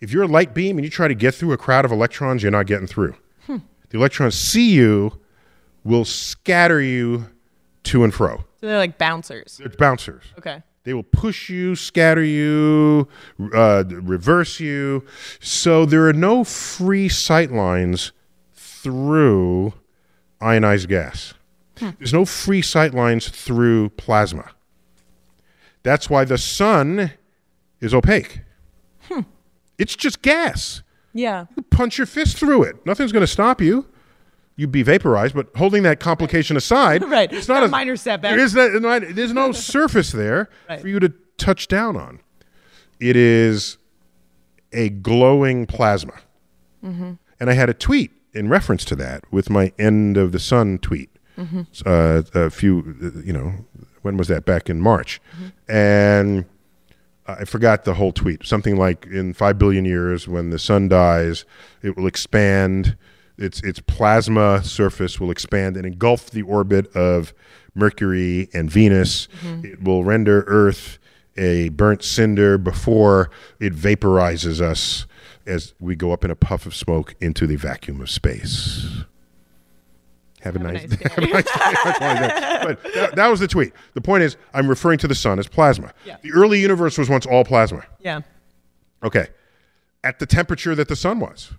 Speaker 2: if you're a light beam and you try to get through a crowd of electrons, you're not getting through. The electrons see you, will scatter you to and fro.
Speaker 3: So they're like bouncers.
Speaker 2: They're bouncers.
Speaker 3: Okay.
Speaker 2: They will push you, scatter you, uh, reverse you. So there are no free sight lines through ionized gas. There's no free sight lines through plasma. That's why the sun is opaque. It's just gas
Speaker 3: Yeah.
Speaker 2: punch your fist through it. Nothing's going to stop you. You'd be vaporized, but holding that complication aside,
Speaker 3: Right. Not a minor setback.
Speaker 2: There is no, no- there's no surface there
Speaker 3: Right.
Speaker 2: for you to touch down on. It is a glowing plasma.
Speaker 3: Mm-hmm.
Speaker 2: And I had a tweet in reference to that with my end of the sun tweet.
Speaker 3: Mm-hmm.
Speaker 2: Uh, a few, uh, you know, when was that? Back in March.
Speaker 3: Mm-hmm.
Speaker 2: And I forgot the whole tweet. Something like in five billion years, when the sun dies, it will expand. Its its plasma surface will expand and engulf the orbit of Mercury and Venus. It will render Earth a burnt cinder before it vaporizes us as we go up in a puff of smoke into the vacuum of space. Have a nice,
Speaker 3: nice day.
Speaker 2: have a nice day. That's why I got- but that, that was the tweet. The point is, I'm referring to the sun as plasma.
Speaker 3: Yeah.
Speaker 2: The early universe was once all plasma.
Speaker 3: Yeah.
Speaker 2: Okay. At the temperature that the sun was.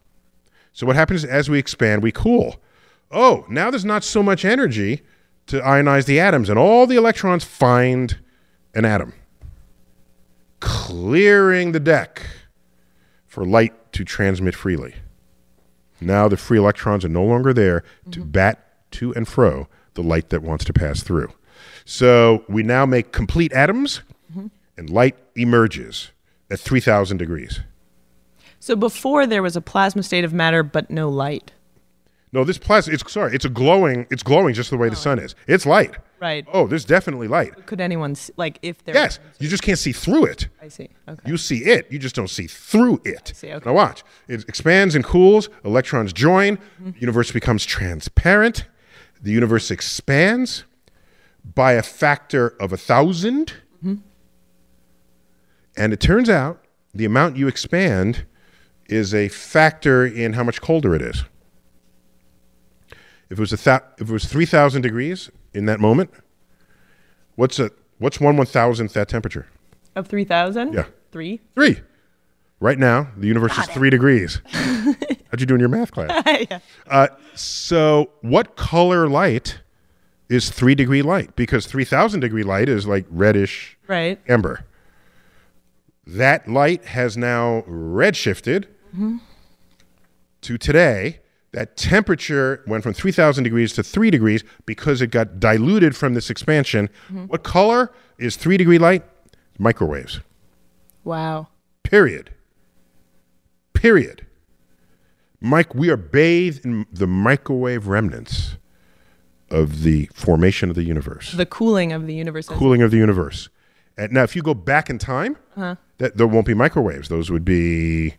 Speaker 2: So what happens is as we expand, we cool. Oh, now there's not so much energy to ionize the atoms, and all the electrons find an atom, clearing the deck for light to transmit freely. Now the free electrons are no longer there to bat to and fro the light that wants to pass through. So we now make complete atoms, and light emerges at 3,000 degrees.
Speaker 3: So before there was a plasma state of matter, but no light.
Speaker 2: No, this plasma. It's sorry. It's a glowing. It's glowing just the way the sun is. It's light.
Speaker 3: Right.
Speaker 2: Oh, there's definitely light.
Speaker 3: Could anyone see, like if there?
Speaker 2: Yes, you just can't see through it.
Speaker 3: I see. Okay.
Speaker 2: You see it. You just don't see through it.
Speaker 3: see, okay.
Speaker 2: Now watch. It expands and cools. Electrons join.
Speaker 3: Mm-hmm.
Speaker 2: Universe becomes transparent. The universe expands by a factor of a 1000
Speaker 3: Mm-hmm.
Speaker 2: And it turns out the amount you expand is a factor in how much colder it is. If it was a thou- if it was three thousand degrees in that moment, what's a what's one one thousandth that temperature?
Speaker 3: Of three thousand.
Speaker 2: Yeah.
Speaker 3: Three.
Speaker 2: Three. Right now, the universe is three degrees. How'd you do in your math class?
Speaker 3: yeah.
Speaker 2: Uh, so, what color light is three degree light? Because 3,000 degree light is like reddish
Speaker 3: Right.
Speaker 2: amber. That light has now redshifted to today. That temperature went from 3,000 degrees to 3 degrees because it got diluted from this expansion. What color is 3 degree light? Microwaves.
Speaker 3: Wow.
Speaker 2: Period. Period. Mike, we are bathed in the microwave remnants of the formation of the universe,
Speaker 3: The cooling of the universe.
Speaker 2: cooling of the universe. And now, if you go back in time, that there won't be microwaves. Those would be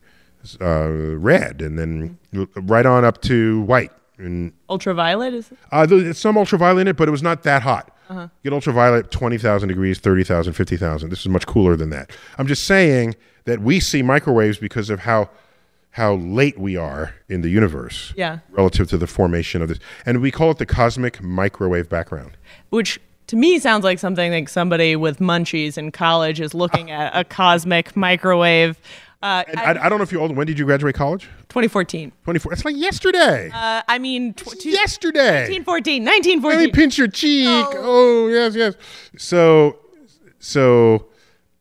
Speaker 2: uh, red, and then right on up to white. And
Speaker 3: Ultraviolet is
Speaker 2: uh, th- it's some ultraviolet in it, but it was not that hot.
Speaker 3: Uh-huh.
Speaker 2: Get ultraviolet 20,000 degrees, 30,000, 50,000. This is much cooler than that. I'm just saying that we see microwaves because of how how late we are in the universe
Speaker 3: Yeah.
Speaker 2: relative to the formation of this. And we call it the cosmic microwave background.
Speaker 3: which to me sounds like something like somebody with munchies in college is looking at a cosmic microwave. Uh,
Speaker 2: And I, I don't know if you're old. When did you graduate college?
Speaker 3: 2014.
Speaker 2: 24. It's like yesterday.
Speaker 3: Uh, I mean, tw- two-
Speaker 2: yesterday.
Speaker 3: 1914,
Speaker 2: Let me
Speaker 3: 1914.
Speaker 2: pinch your cheek. Oh, yes, yes. So, so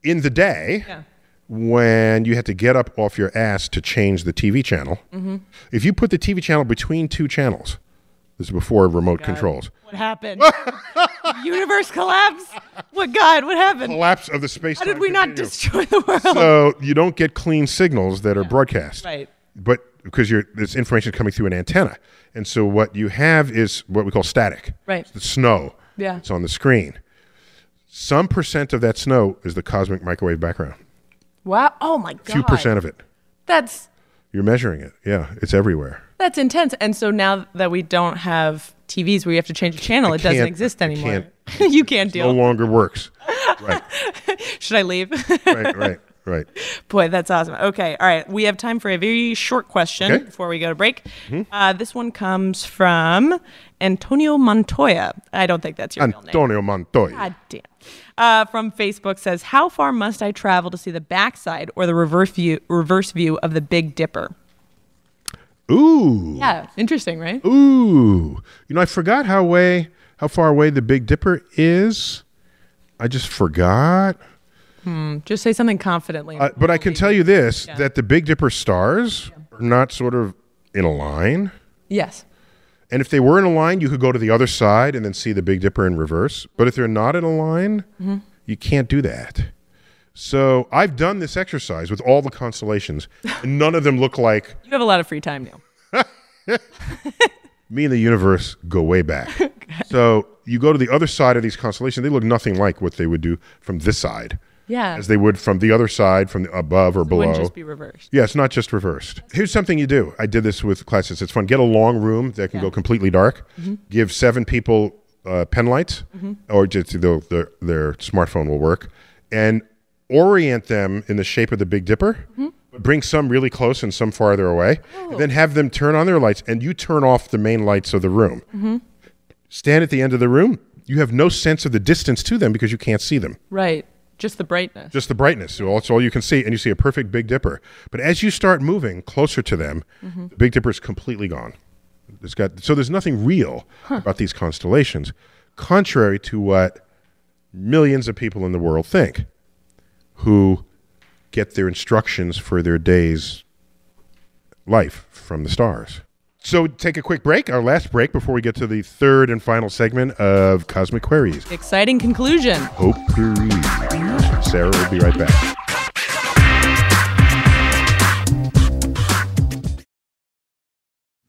Speaker 2: in the day,
Speaker 3: Yeah.
Speaker 2: when you had to get up off your ass to change the TV channel,
Speaker 3: Mm-hmm.
Speaker 2: if you put the TV channel between two channels, this is before remote controls,
Speaker 3: What happened? Universe collapse? What God? What happened?
Speaker 2: collapse of the space.
Speaker 3: How did we not destroy the world?
Speaker 2: So you don't get clean signals that are broadcast.
Speaker 3: Right.
Speaker 2: But because you're, this information is coming through an antenna. And so what you have is what we call static.
Speaker 3: Right.
Speaker 2: It's the snow.
Speaker 3: Yeah.
Speaker 2: It's on the screen. Some percent of that snow is the cosmic microwave background.
Speaker 3: Wow. Oh my God.
Speaker 2: Two percent of it.
Speaker 3: That's
Speaker 2: You're measuring it. Yeah. It's everywhere.
Speaker 3: that's intense. And so now that we don't have TVs where you have to change a channel, it doesn't
Speaker 2: can't-
Speaker 3: exist
Speaker 2: I
Speaker 3: anymore. you can't
Speaker 2: No
Speaker 3: deal.
Speaker 2: longer works. Right.
Speaker 3: Should I leave?
Speaker 2: Right. Right. Right.
Speaker 3: Boy, that's awesome. Okay, all right. We have time for a very short question
Speaker 2: Okay. Mm-hmm.
Speaker 3: before we go to break. Uh, this one comes from Antonio Montoya. I don't think that's your real name.
Speaker 2: Antonio Montoya.
Speaker 3: God damn. Uh, from Facebook says, "How far must I travel to see the backside or the reverse view, reverse view of the Big Dipper?"
Speaker 2: Ooh.
Speaker 3: Yeah, interesting, right?
Speaker 2: Ooh. You know, I forgot how way how far away the Big Dipper is. I just forgot.
Speaker 3: Just say something confidently.
Speaker 2: Uh, but I can tell you this that the Big Dipper stars are not sort of in a line.
Speaker 3: yes.
Speaker 2: And if they were in a line, you could go to the other side and then see the Big Dipper in reverse. But if they're not in a line,
Speaker 3: Mm-hmm.
Speaker 2: you can't do that. So I've done this exercise with all the constellations, and none of them look like
Speaker 3: You have a lot of free time, Neil.
Speaker 2: me and the universe go way back. So you go to the other side of these constellations, they look nothing like what they would do from this side,
Speaker 3: Yeah.
Speaker 2: as they would from the other side, from the above or
Speaker 3: it
Speaker 2: below.
Speaker 3: wouldn't just be reversed.
Speaker 2: Yeah, it's not just reversed. Here's something you do. I did this with classes. It's fun. Get a long room that can go completely dark. Give seven people uh, pen lights, or just their, their, their smartphone will work, and orient them in the shape of the Big Dipper. But bring some really close and some farther away. And then have them turn on their lights, and you turn off the main lights of the room. Stand at the end of the room. You have no sense of the distance to them because you can't see them
Speaker 3: Right. Just the brightness.
Speaker 2: just the brightness. So That's all you can see, and you see a perfect Big Dipper. But as you start moving closer to them, the Big Dipper is completely gone. It's got so there's nothing real about these constellations, contrary to what millions of people in the world think, who get their instructions for their day's life from the stars. So take a quick break, our last break before we get to the third and final segment of Cosmic Queries.
Speaker 3: Exciting conclusion.
Speaker 2: Hope Puri. Sarah will be right back.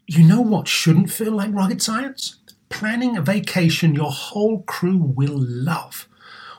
Speaker 1: You know what shouldn't feel like rocket science? Planning a vacation your whole crew will love.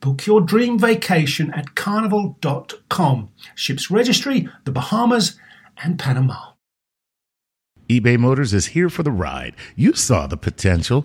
Speaker 1: Book your dream vacation at carnival.com. Ships registry, the Bahamas, and Panama.
Speaker 4: eBay Motors is here for the ride. You saw the potential,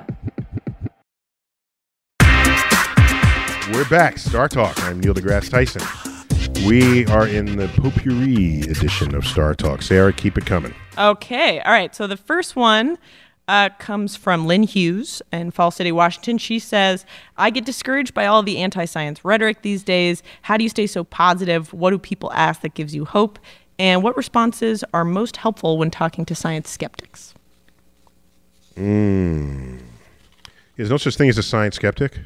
Speaker 2: We're back, Star Talk. I'm Neil deGrasse Tyson. We are in the potpourri edition of Star Talk. Sarah, keep it coming.
Speaker 3: Okay. All right. So the first one uh, comes from Lynn Hughes in Fall City, Washington. She says, I get discouraged by all the anti science rhetoric these days. How do you stay so positive? What do people ask that gives you hope? And what responses are most helpful when talking to science skeptics?
Speaker 2: There's no such thing as a science skeptic.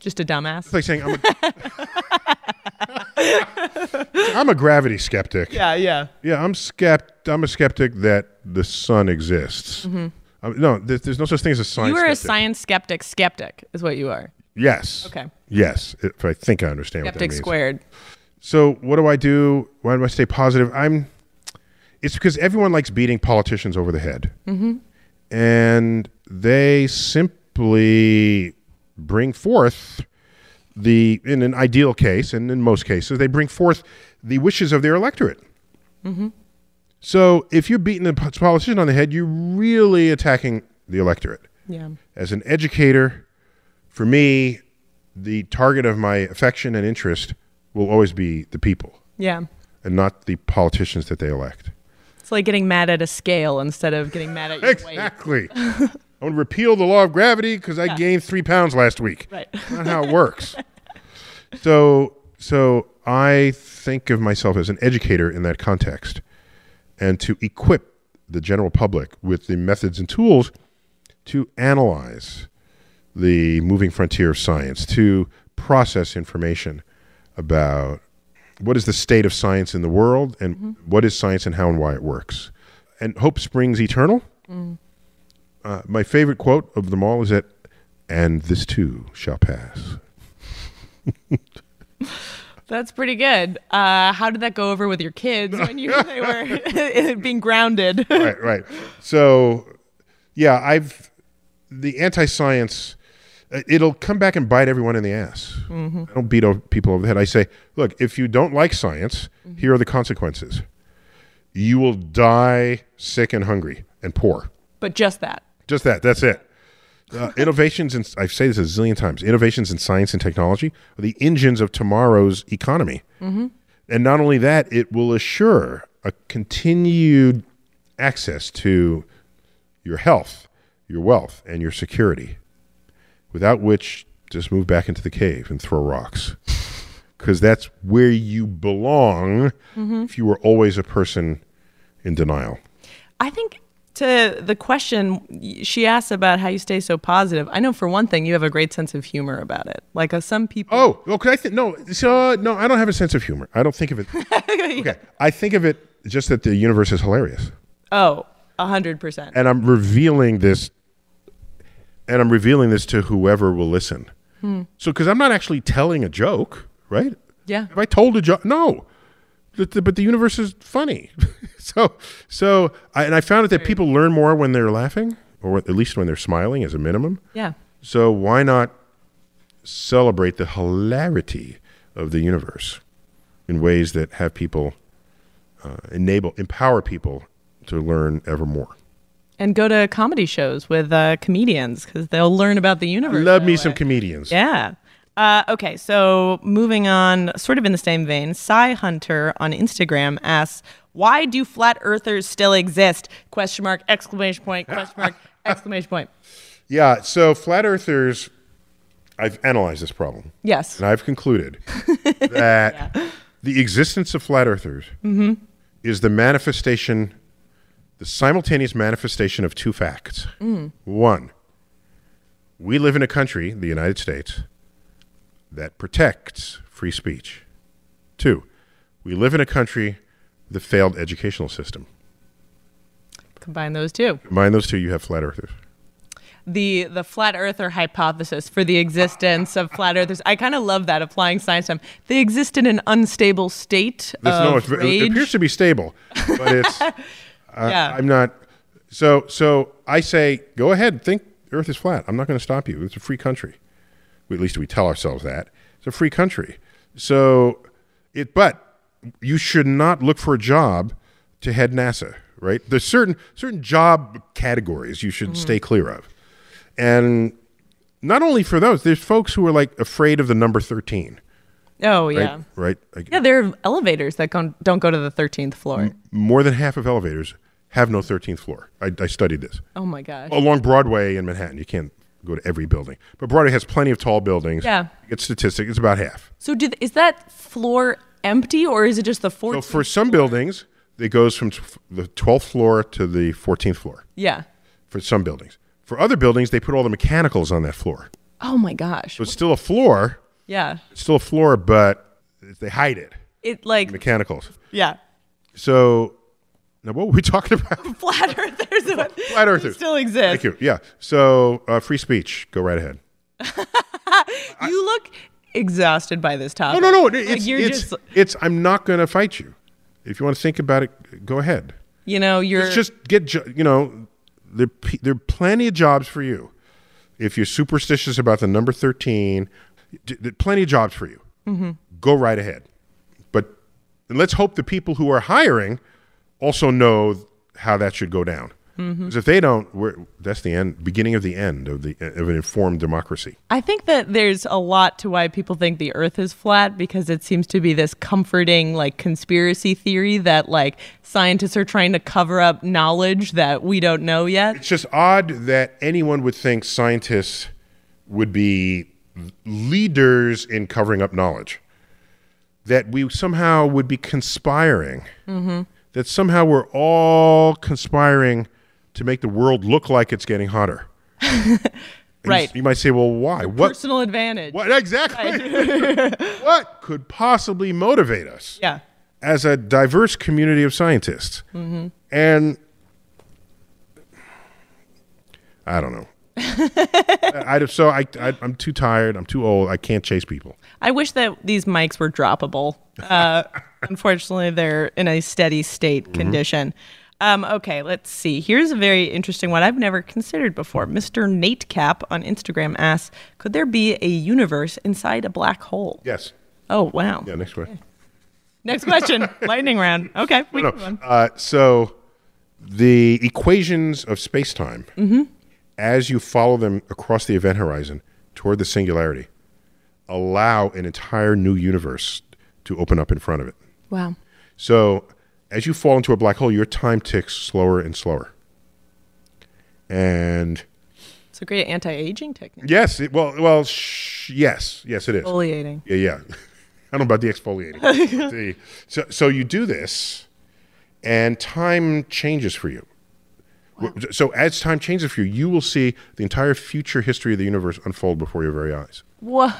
Speaker 3: Just a dumbass.
Speaker 2: It's like saying I'm a, I'm a gravity skeptic.
Speaker 3: yeah, yeah.
Speaker 2: Yeah, I'm skept. I'm a skeptic that the sun exists. Um, no, there's, there's no such thing as a science.
Speaker 3: Mm-hmm. You are a
Speaker 2: skeptic.
Speaker 3: science skeptic skeptic, is what you are.
Speaker 2: Yes.
Speaker 3: Okay.
Speaker 2: Yes, if I think I understand what that
Speaker 3: Skeptic
Speaker 2: means.
Speaker 3: squared.
Speaker 2: So what do I do? Why do I stay positive? I'm. It's because everyone likes beating politicians over the head, and they simply bring forth the in an ideal case, and in most cases, they bring forth the wishes of their electorate. So if you're beating the po- politician on the head, you're really attacking the electorate.
Speaker 3: Yeah.
Speaker 2: As an educator, for me, the target of my affection and interest will always be the people
Speaker 3: Yeah.
Speaker 2: and not the politicians that they elect.
Speaker 3: It's like getting mad at a scale instead of getting mad at your weight.
Speaker 2: Exactly. I want to repeal the law of gravity because I gained three pounds last week.
Speaker 3: Right.
Speaker 2: Not how it works. so, so I think of myself as an educator in that context, and to equip the general public with the methods and tools to analyze the moving frontier of science, to process information about what is the state of science in the world and what is science and how and why it works. And hope springs eternal. Uh, my favorite quote of them all is that, and this too shall pass.
Speaker 3: That's pretty good. Uh, how did that go over with your kids when you they were being grounded?
Speaker 2: right, right. So, yeah, I've the anti-science. uh, It'll come back and bite everyone in the ass. I don't beat o- people over the head. I say, look, if you don't like science, here are the consequences. You will die sick and hungry and poor.
Speaker 3: but just that.
Speaker 2: Just that. That's it. Uh, innovations in I've said this a zillion times. Innovations in science and technology are the engines of tomorrow's economy. And not only that, it will assure a continued access to your health, your wealth, and your security. Without which, just move back into the cave and throw rocks, because that's where you belong. If you were always a person in denial.
Speaker 3: I think to the question y- she asked about how you stay so positive, I know for one thing you have a great sense of humor about it. Like uh, some people,
Speaker 2: Oh, okay. I think no. So no, I don't have a sense of humor. I don't think of it. Okay, I think of it just that the universe is hilarious,
Speaker 3: oh, a hundred percent.
Speaker 2: and I'm revealing this, and I'm revealing this to whoever will listen. So, because I'm not actually telling a joke, right?
Speaker 3: Yeah.
Speaker 2: Have I told a joke? No. But the, but the universe is funny. so, so I, and I found out that people learn more when they're laughing, or at least when they're smiling as a minimum.
Speaker 3: Yeah.
Speaker 2: So, why not celebrate the hilarity of the universe in ways that have people uh, enable, empower people to learn ever more?
Speaker 3: And go to comedy shows with uh, comedians because they'll learn about the universe.
Speaker 2: Love me some comedians.
Speaker 3: Yeah. Uh, okay, so moving on, sort of in the same vein, Psy Hunter on Instagram asks, "Why do flat earthers still exist?" Question mark! Exclamation point! Question mark! exclamation point!
Speaker 2: Yeah. So flat earthers, I've analyzed this problem,
Speaker 3: Yes.
Speaker 2: and I've concluded that the existence of flat earthers
Speaker 3: Mm-hmm.
Speaker 2: is the manifestation, the simultaneous manifestation of two facts.
Speaker 3: Mm.
Speaker 2: One, we live in a country, the United States, that protects free speech. Two, we live in a country with a failed educational system.
Speaker 3: Combine those two.
Speaker 2: Combine those two, you have flat earthers.
Speaker 3: the the flat earther hypothesis for the existence of flat earthers. I kind of love that applying science to them. They exist in an unstable state
Speaker 2: This-
Speaker 3: of
Speaker 2: no, it's,
Speaker 3: rage.
Speaker 2: it appears to be stable, but it's. I,
Speaker 3: Yeah.
Speaker 2: I'm not. So so I say, go ahead, think Earth is flat. I'm not going to stop you. It's a free country. At least we tell ourselves that it's a free country. So it, but you should not look for a job to head NASA. Right? There's certain certain job categories you should stay
Speaker 3: Mm-hmm.
Speaker 2: clear of, and not only for those, there's folks who are like afraid of the number thirteen.
Speaker 3: oh
Speaker 2: Right?
Speaker 3: yeah.
Speaker 2: Right. Like,
Speaker 3: Yeah, there are elevators that go, don't go to the 13th floor.
Speaker 2: more than half of elevators have no 13th floor. I, I studied this.
Speaker 3: Oh my gosh.
Speaker 2: Along Broadway in Manhattan, you can't go to every building, but Broadway has plenty of tall buildings.
Speaker 3: Yeah.
Speaker 2: It's statistic, it's about half.
Speaker 3: So did, is that floor empty or is it just the 14th?
Speaker 2: So for some buildings, it goes from t- the 12th floor to the 14th floor
Speaker 3: yeah.
Speaker 2: for some buildings. For other buildings, they put all the mechanicals on that floor.
Speaker 3: Oh my gosh.
Speaker 2: So it's still a floor,
Speaker 3: Yeah.
Speaker 2: it's still a floor, but they hide it.
Speaker 3: It like
Speaker 2: Mechanicals.
Speaker 3: yeah.
Speaker 2: So now what were we talking about?
Speaker 3: Flat earthers what-
Speaker 2: Flat earthers.
Speaker 3: still exist.
Speaker 2: Thank you. Yeah. So uh, free speech. Go right ahead.
Speaker 3: You look exhausted by this topic.
Speaker 2: No, no, no. it-
Speaker 3: Like,
Speaker 2: It's,
Speaker 3: you're
Speaker 2: it's,
Speaker 3: just
Speaker 2: it's, I'm not going to fight you. If you want to think about it, go ahead.
Speaker 3: you know, you're
Speaker 2: It's just get, jo- you know, there, pe- there are plenty of jobs for you. If you're superstitious about the number 13, d- d- plenty of jobs for you.
Speaker 3: Mm-hmm.
Speaker 2: Go right ahead. But and let's hope the people who are hiring also know how that should go down. Because
Speaker 3: Mm-hmm.
Speaker 2: if they don't, we're, that's the end, beginning of the end of, the, of an informed democracy.
Speaker 3: I think that there's a lot to why people think the earth is flat because it seems to be this comforting like conspiracy theory that like scientists are trying to cover up knowledge that we don't know yet.
Speaker 2: It's just odd that anyone would think scientists would be leaders in covering up knowledge. That we somehow would be conspiring. That somehow we're all conspiring to make the world look like it's getting hotter. And you-
Speaker 3: Right.
Speaker 2: You might say, well, why? What?
Speaker 3: Personal advantage.
Speaker 2: What exactly? what could possibly motivate us?
Speaker 3: Yeah.
Speaker 2: as a diverse community of scientists. And I don't know. I, I- so I, I, I'm too tired. I'm too old. I can't chase people.
Speaker 3: I wish that these mics were droppable. Uh, unfortunately, they're in a steady state
Speaker 2: Mm-hmm.
Speaker 3: condition. Um, okay, let's see. Here's a very interesting one I've never considered before. Mr. Nate Cap on Instagram asks Could there be a universe inside a black hole?
Speaker 2: Yes.
Speaker 3: Oh, wow.
Speaker 2: Yeah. Next question.
Speaker 3: Next question. Lightning round. Okay. We
Speaker 2: No,
Speaker 3: can move on.
Speaker 2: Uh, so the equations of space time, as you follow them across the event horizon toward the singularity, allow an entire new universe to open up in front of it.
Speaker 3: Wow.
Speaker 2: So as you fall into a black hole, your time ticks slower and slower. And
Speaker 3: It's a great anti aging technique.
Speaker 2: yes, it, well, well, sh- yes, yes, it is.
Speaker 3: Exfoliating.
Speaker 2: Yeah, yeah. I don't know about the exfoliating. The- so, so you do this, and time changes for you. W- So as time changes for you, you will see the entire future history of the universe unfold before your very eyes
Speaker 3: Whoa.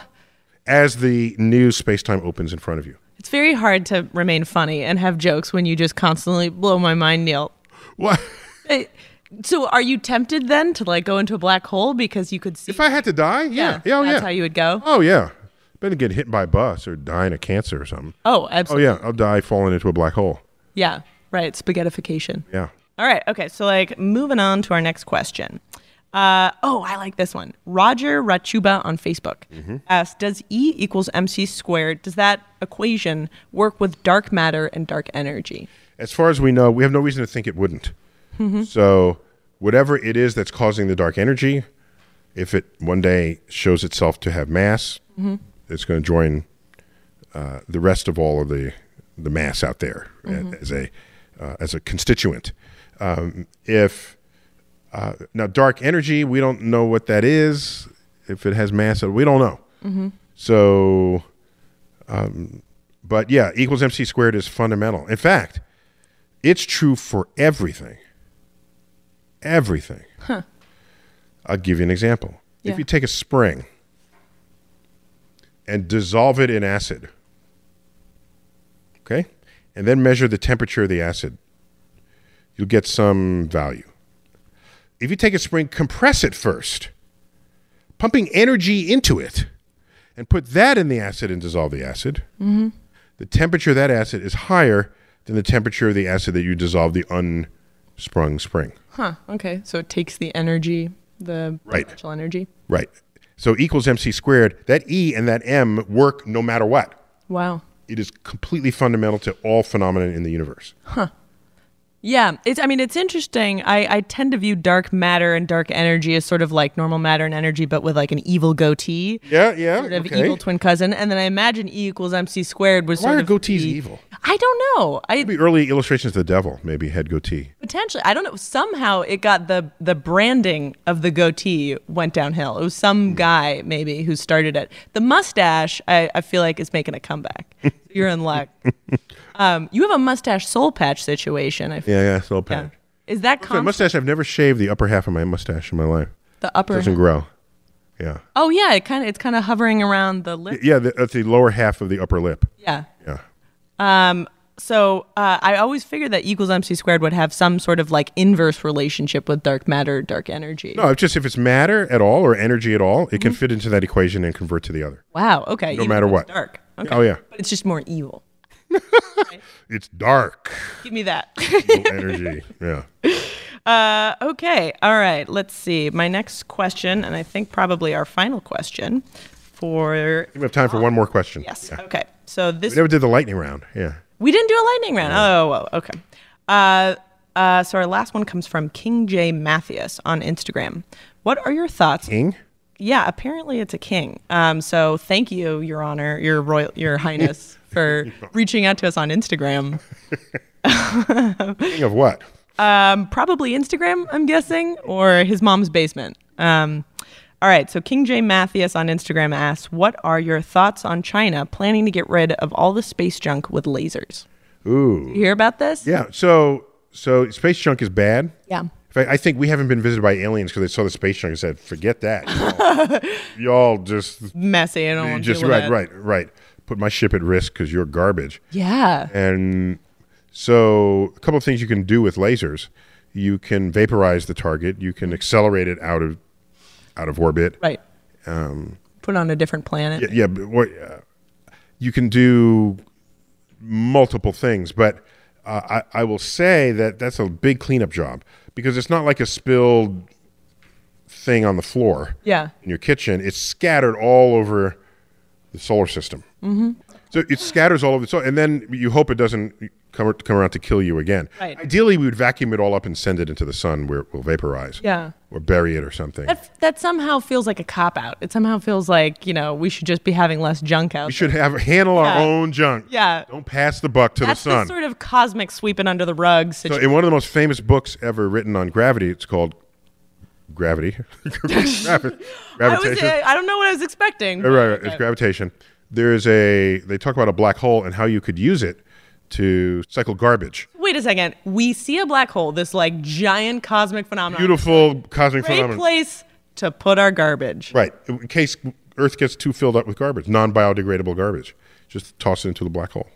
Speaker 2: as the new space-time opens in front of you.
Speaker 3: It's very hard to remain funny and have jokes when you just constantly blow my mind, Neil.
Speaker 2: What?
Speaker 3: Eh, So are you tempted then to like go into a black hole because you could see?
Speaker 2: If I had to die, yeah, yeah, oh, yeah.
Speaker 3: That's how you would go.
Speaker 2: Oh yeah, better get hit by a bus or dying of cancer or something.
Speaker 3: Oh,
Speaker 2: Oh
Speaker 3: absolutely.
Speaker 2: yeah, I'll die falling into a black hole.
Speaker 3: yeah. Right. Spaghettification.
Speaker 2: Yeah.
Speaker 3: All right. Okay. So, like, moving on to our next question. Uh, oh, I like this one. Roger Rachuba on Facebook
Speaker 2: Mm-hmm.
Speaker 3: asks Does E equals MC squared, does that equation work with dark matter and dark energy?
Speaker 2: As far as we know, we have no reason to think it wouldn't. So whatever it is that's causing the dark energy, if it one day shows itself to have mass, it's going to join uh, the rest of all of the the mass out there a- as a uh, as a constituent. Um, if uh, now dark energy, we don't know what that is. If it has mass, we don't know. So, um, but yeah, equals mc squared is fundamental. In fact, it's true for everything. Everything. I'll give you an example.
Speaker 3: Yeah.
Speaker 2: If you take a spring and dissolve it in acid, okay, and then measure the temperature of the acid, you'll get some value. If you take a spring, compress it first, pumping energy into it, and put that in the acid and dissolve the acid, the temperature of that acid is higher than the temperature of the acid that you dissolve the unsprung spring.
Speaker 3: Huh. Okay. So, it takes the energy, the
Speaker 2: Right.
Speaker 3: potential energy.
Speaker 2: Right. So E equals MC squared. That E and that M work no matter what.
Speaker 3: Wow.
Speaker 2: It is completely fundamental to all phenomena in the universe.
Speaker 3: Yeah, it's. I mean, it's interesting. I, I tend to view dark matter and dark energy as sort of like normal matter and energy, but with like an evil goatee.
Speaker 2: Yeah, yeah,
Speaker 3: Sort of
Speaker 2: okay.
Speaker 3: evil twin cousin, and then I imagine E equals MC squared was.
Speaker 2: Why
Speaker 3: sort
Speaker 2: are
Speaker 3: of E.
Speaker 2: goatees
Speaker 3: the-
Speaker 2: evil?
Speaker 3: I don't know. I
Speaker 2: Maybe early illustrations of the devil, maybe head goatee.
Speaker 3: potentially. I don't know. Somehow it got the the branding of the goatee went downhill. It was
Speaker 2: Hmm.
Speaker 3: some guy maybe who started it. The mustache, I, I feel like, is making a comeback. You're in luck. Um, you have a mustache soul patch situation. I feel.
Speaker 2: Yeah, yeah, so
Speaker 3: Yeah.
Speaker 2: bad.
Speaker 3: Is that
Speaker 2: My
Speaker 3: common?
Speaker 2: mustache, I've never shaved the upper half of my mustache in my life.
Speaker 3: the upper.
Speaker 2: doesn't grow. Yeah.
Speaker 3: Oh yeah, it kind of it's kind of hovering around the lip.
Speaker 2: Yeah, the, that's the lower half of the upper lip.
Speaker 3: Yeah.
Speaker 2: Yeah.
Speaker 3: Um. So uh, I always figured that equals mc squared would have some sort of like inverse relationship with dark matter, dark energy.
Speaker 2: No, it's just if it's matter at all or energy at all, it
Speaker 3: Mm-hmm.
Speaker 2: can fit into that equation and convert to the other.
Speaker 3: Wow. Okay.
Speaker 2: No
Speaker 3: even
Speaker 2: matter
Speaker 3: though it's
Speaker 2: what.
Speaker 3: Dark. Okay.
Speaker 2: Oh, yeah.
Speaker 3: But it's just more evil.
Speaker 2: It's dark.
Speaker 3: Give me that.
Speaker 2: Low energy. Yeah.
Speaker 3: uh, okay. All right. Let's see. My next question, and I think probably our final question, for
Speaker 2: We have time for one more question.
Speaker 3: yes.
Speaker 2: Yeah.
Speaker 3: Okay. So this
Speaker 2: We never did the lightning round. Yeah.
Speaker 3: We didn't do a lightning round. Oh, well, okay. Uh, uh, so our last one comes from King J Matthias on Instagram. What are your thoughts?
Speaker 2: King?
Speaker 3: Yeah, apparently it's a king. Um, so thank you, Your Honor, Your Royal, Your Highness, for reaching out to us on Instagram.
Speaker 2: King of what?
Speaker 3: Um, probably Instagram, I'm guessing, or his mom's basement. Um, all right. So King J Matthias on Instagram asks, "What are your thoughts on China planning to get rid of all the space junk with lasers?"
Speaker 2: Ooh.
Speaker 3: You hear about this?
Speaker 2: Yeah. So so space junk is bad.
Speaker 3: Yeah.
Speaker 2: In fact, I think we haven't been visited by aliens because they saw the space junk and said, "Forget that, y'all, Y'all just,
Speaker 3: Messy. I don't want to
Speaker 2: just
Speaker 3: deal with
Speaker 2: right,
Speaker 3: it.
Speaker 2: right, right. Put my ship at risk because you're garbage."
Speaker 3: Yeah.
Speaker 2: And so, a couple of things you can do with lasers: you can vaporize the target, you can accelerate it out of out of orbit,
Speaker 3: Right.
Speaker 2: Um,
Speaker 3: Put on a different planet.
Speaker 2: Yeah, yeah but what, uh, you can do multiple things, but uh, I, I will say that that's a big cleanup job because it's not like a spilled thing on the floor
Speaker 3: Yeah.
Speaker 2: in your kitchen. It's scattered all over the solar system. Mm-hmm. So it scatters all over the solar, and then you hope it doesn't come, come around to kill you again.
Speaker 3: Right.
Speaker 2: Ideally, we would vacuum it all up and send it into the sun where it will vaporize.
Speaker 3: Yeah.
Speaker 2: Or bury it or something.
Speaker 3: That, that somehow feels like a cop out. It somehow feels like, you know, we should just be having less junk out.
Speaker 2: we should have handle our
Speaker 3: Yeah.
Speaker 2: own junk.
Speaker 3: Yeah.
Speaker 2: Don't pass the buck to
Speaker 3: That's
Speaker 2: the sun.
Speaker 3: the sort of cosmic sweeping under the rug
Speaker 2: So
Speaker 3: situation.
Speaker 2: in one of the most famous books ever written on gravity, it's called Gravity. Gravi-
Speaker 3: I, was,
Speaker 2: gravitation.
Speaker 3: uh, I don't know what I was expecting.
Speaker 2: Right, right, right. It's gravitation. There is a they talk about a black hole and how you could use it to cycle garbage.
Speaker 3: Wait a second. We see a black hole, this like giant cosmic phenomenon.
Speaker 2: Beautiful cosmic
Speaker 3: Great
Speaker 2: phenomenon.
Speaker 3: place to put our garbage.
Speaker 2: Right. In case Earth gets too filled up with garbage, non-biodegradable garbage, just toss it into the black hole.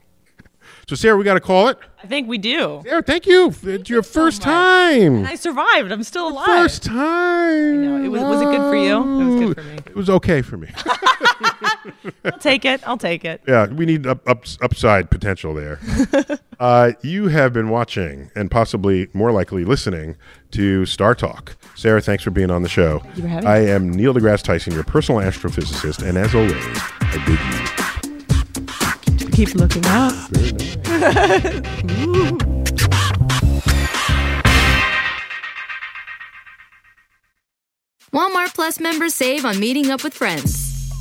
Speaker 2: So, Sarah, we got to call it.
Speaker 3: I think we do.
Speaker 2: Sarah, thank you. it's your first time.
Speaker 3: I survived. I'm still alive.
Speaker 2: First time.
Speaker 3: know. It was- was it good for you? It was good for me.
Speaker 2: It was okay for me.
Speaker 3: I'll take it. I'll take it.
Speaker 2: yeah, we need up, ups upside potential there. uh, you have been watching and possibly more likely listening to Star Talk. Sarah, thanks for being on the show. Thank
Speaker 3: you for having
Speaker 2: I am Neil deGrasse Tyson, your personal astrophysicist, and as always, I bid you.
Speaker 3: Keep looking up.
Speaker 5: Walmart Plus members save on meeting up with friends.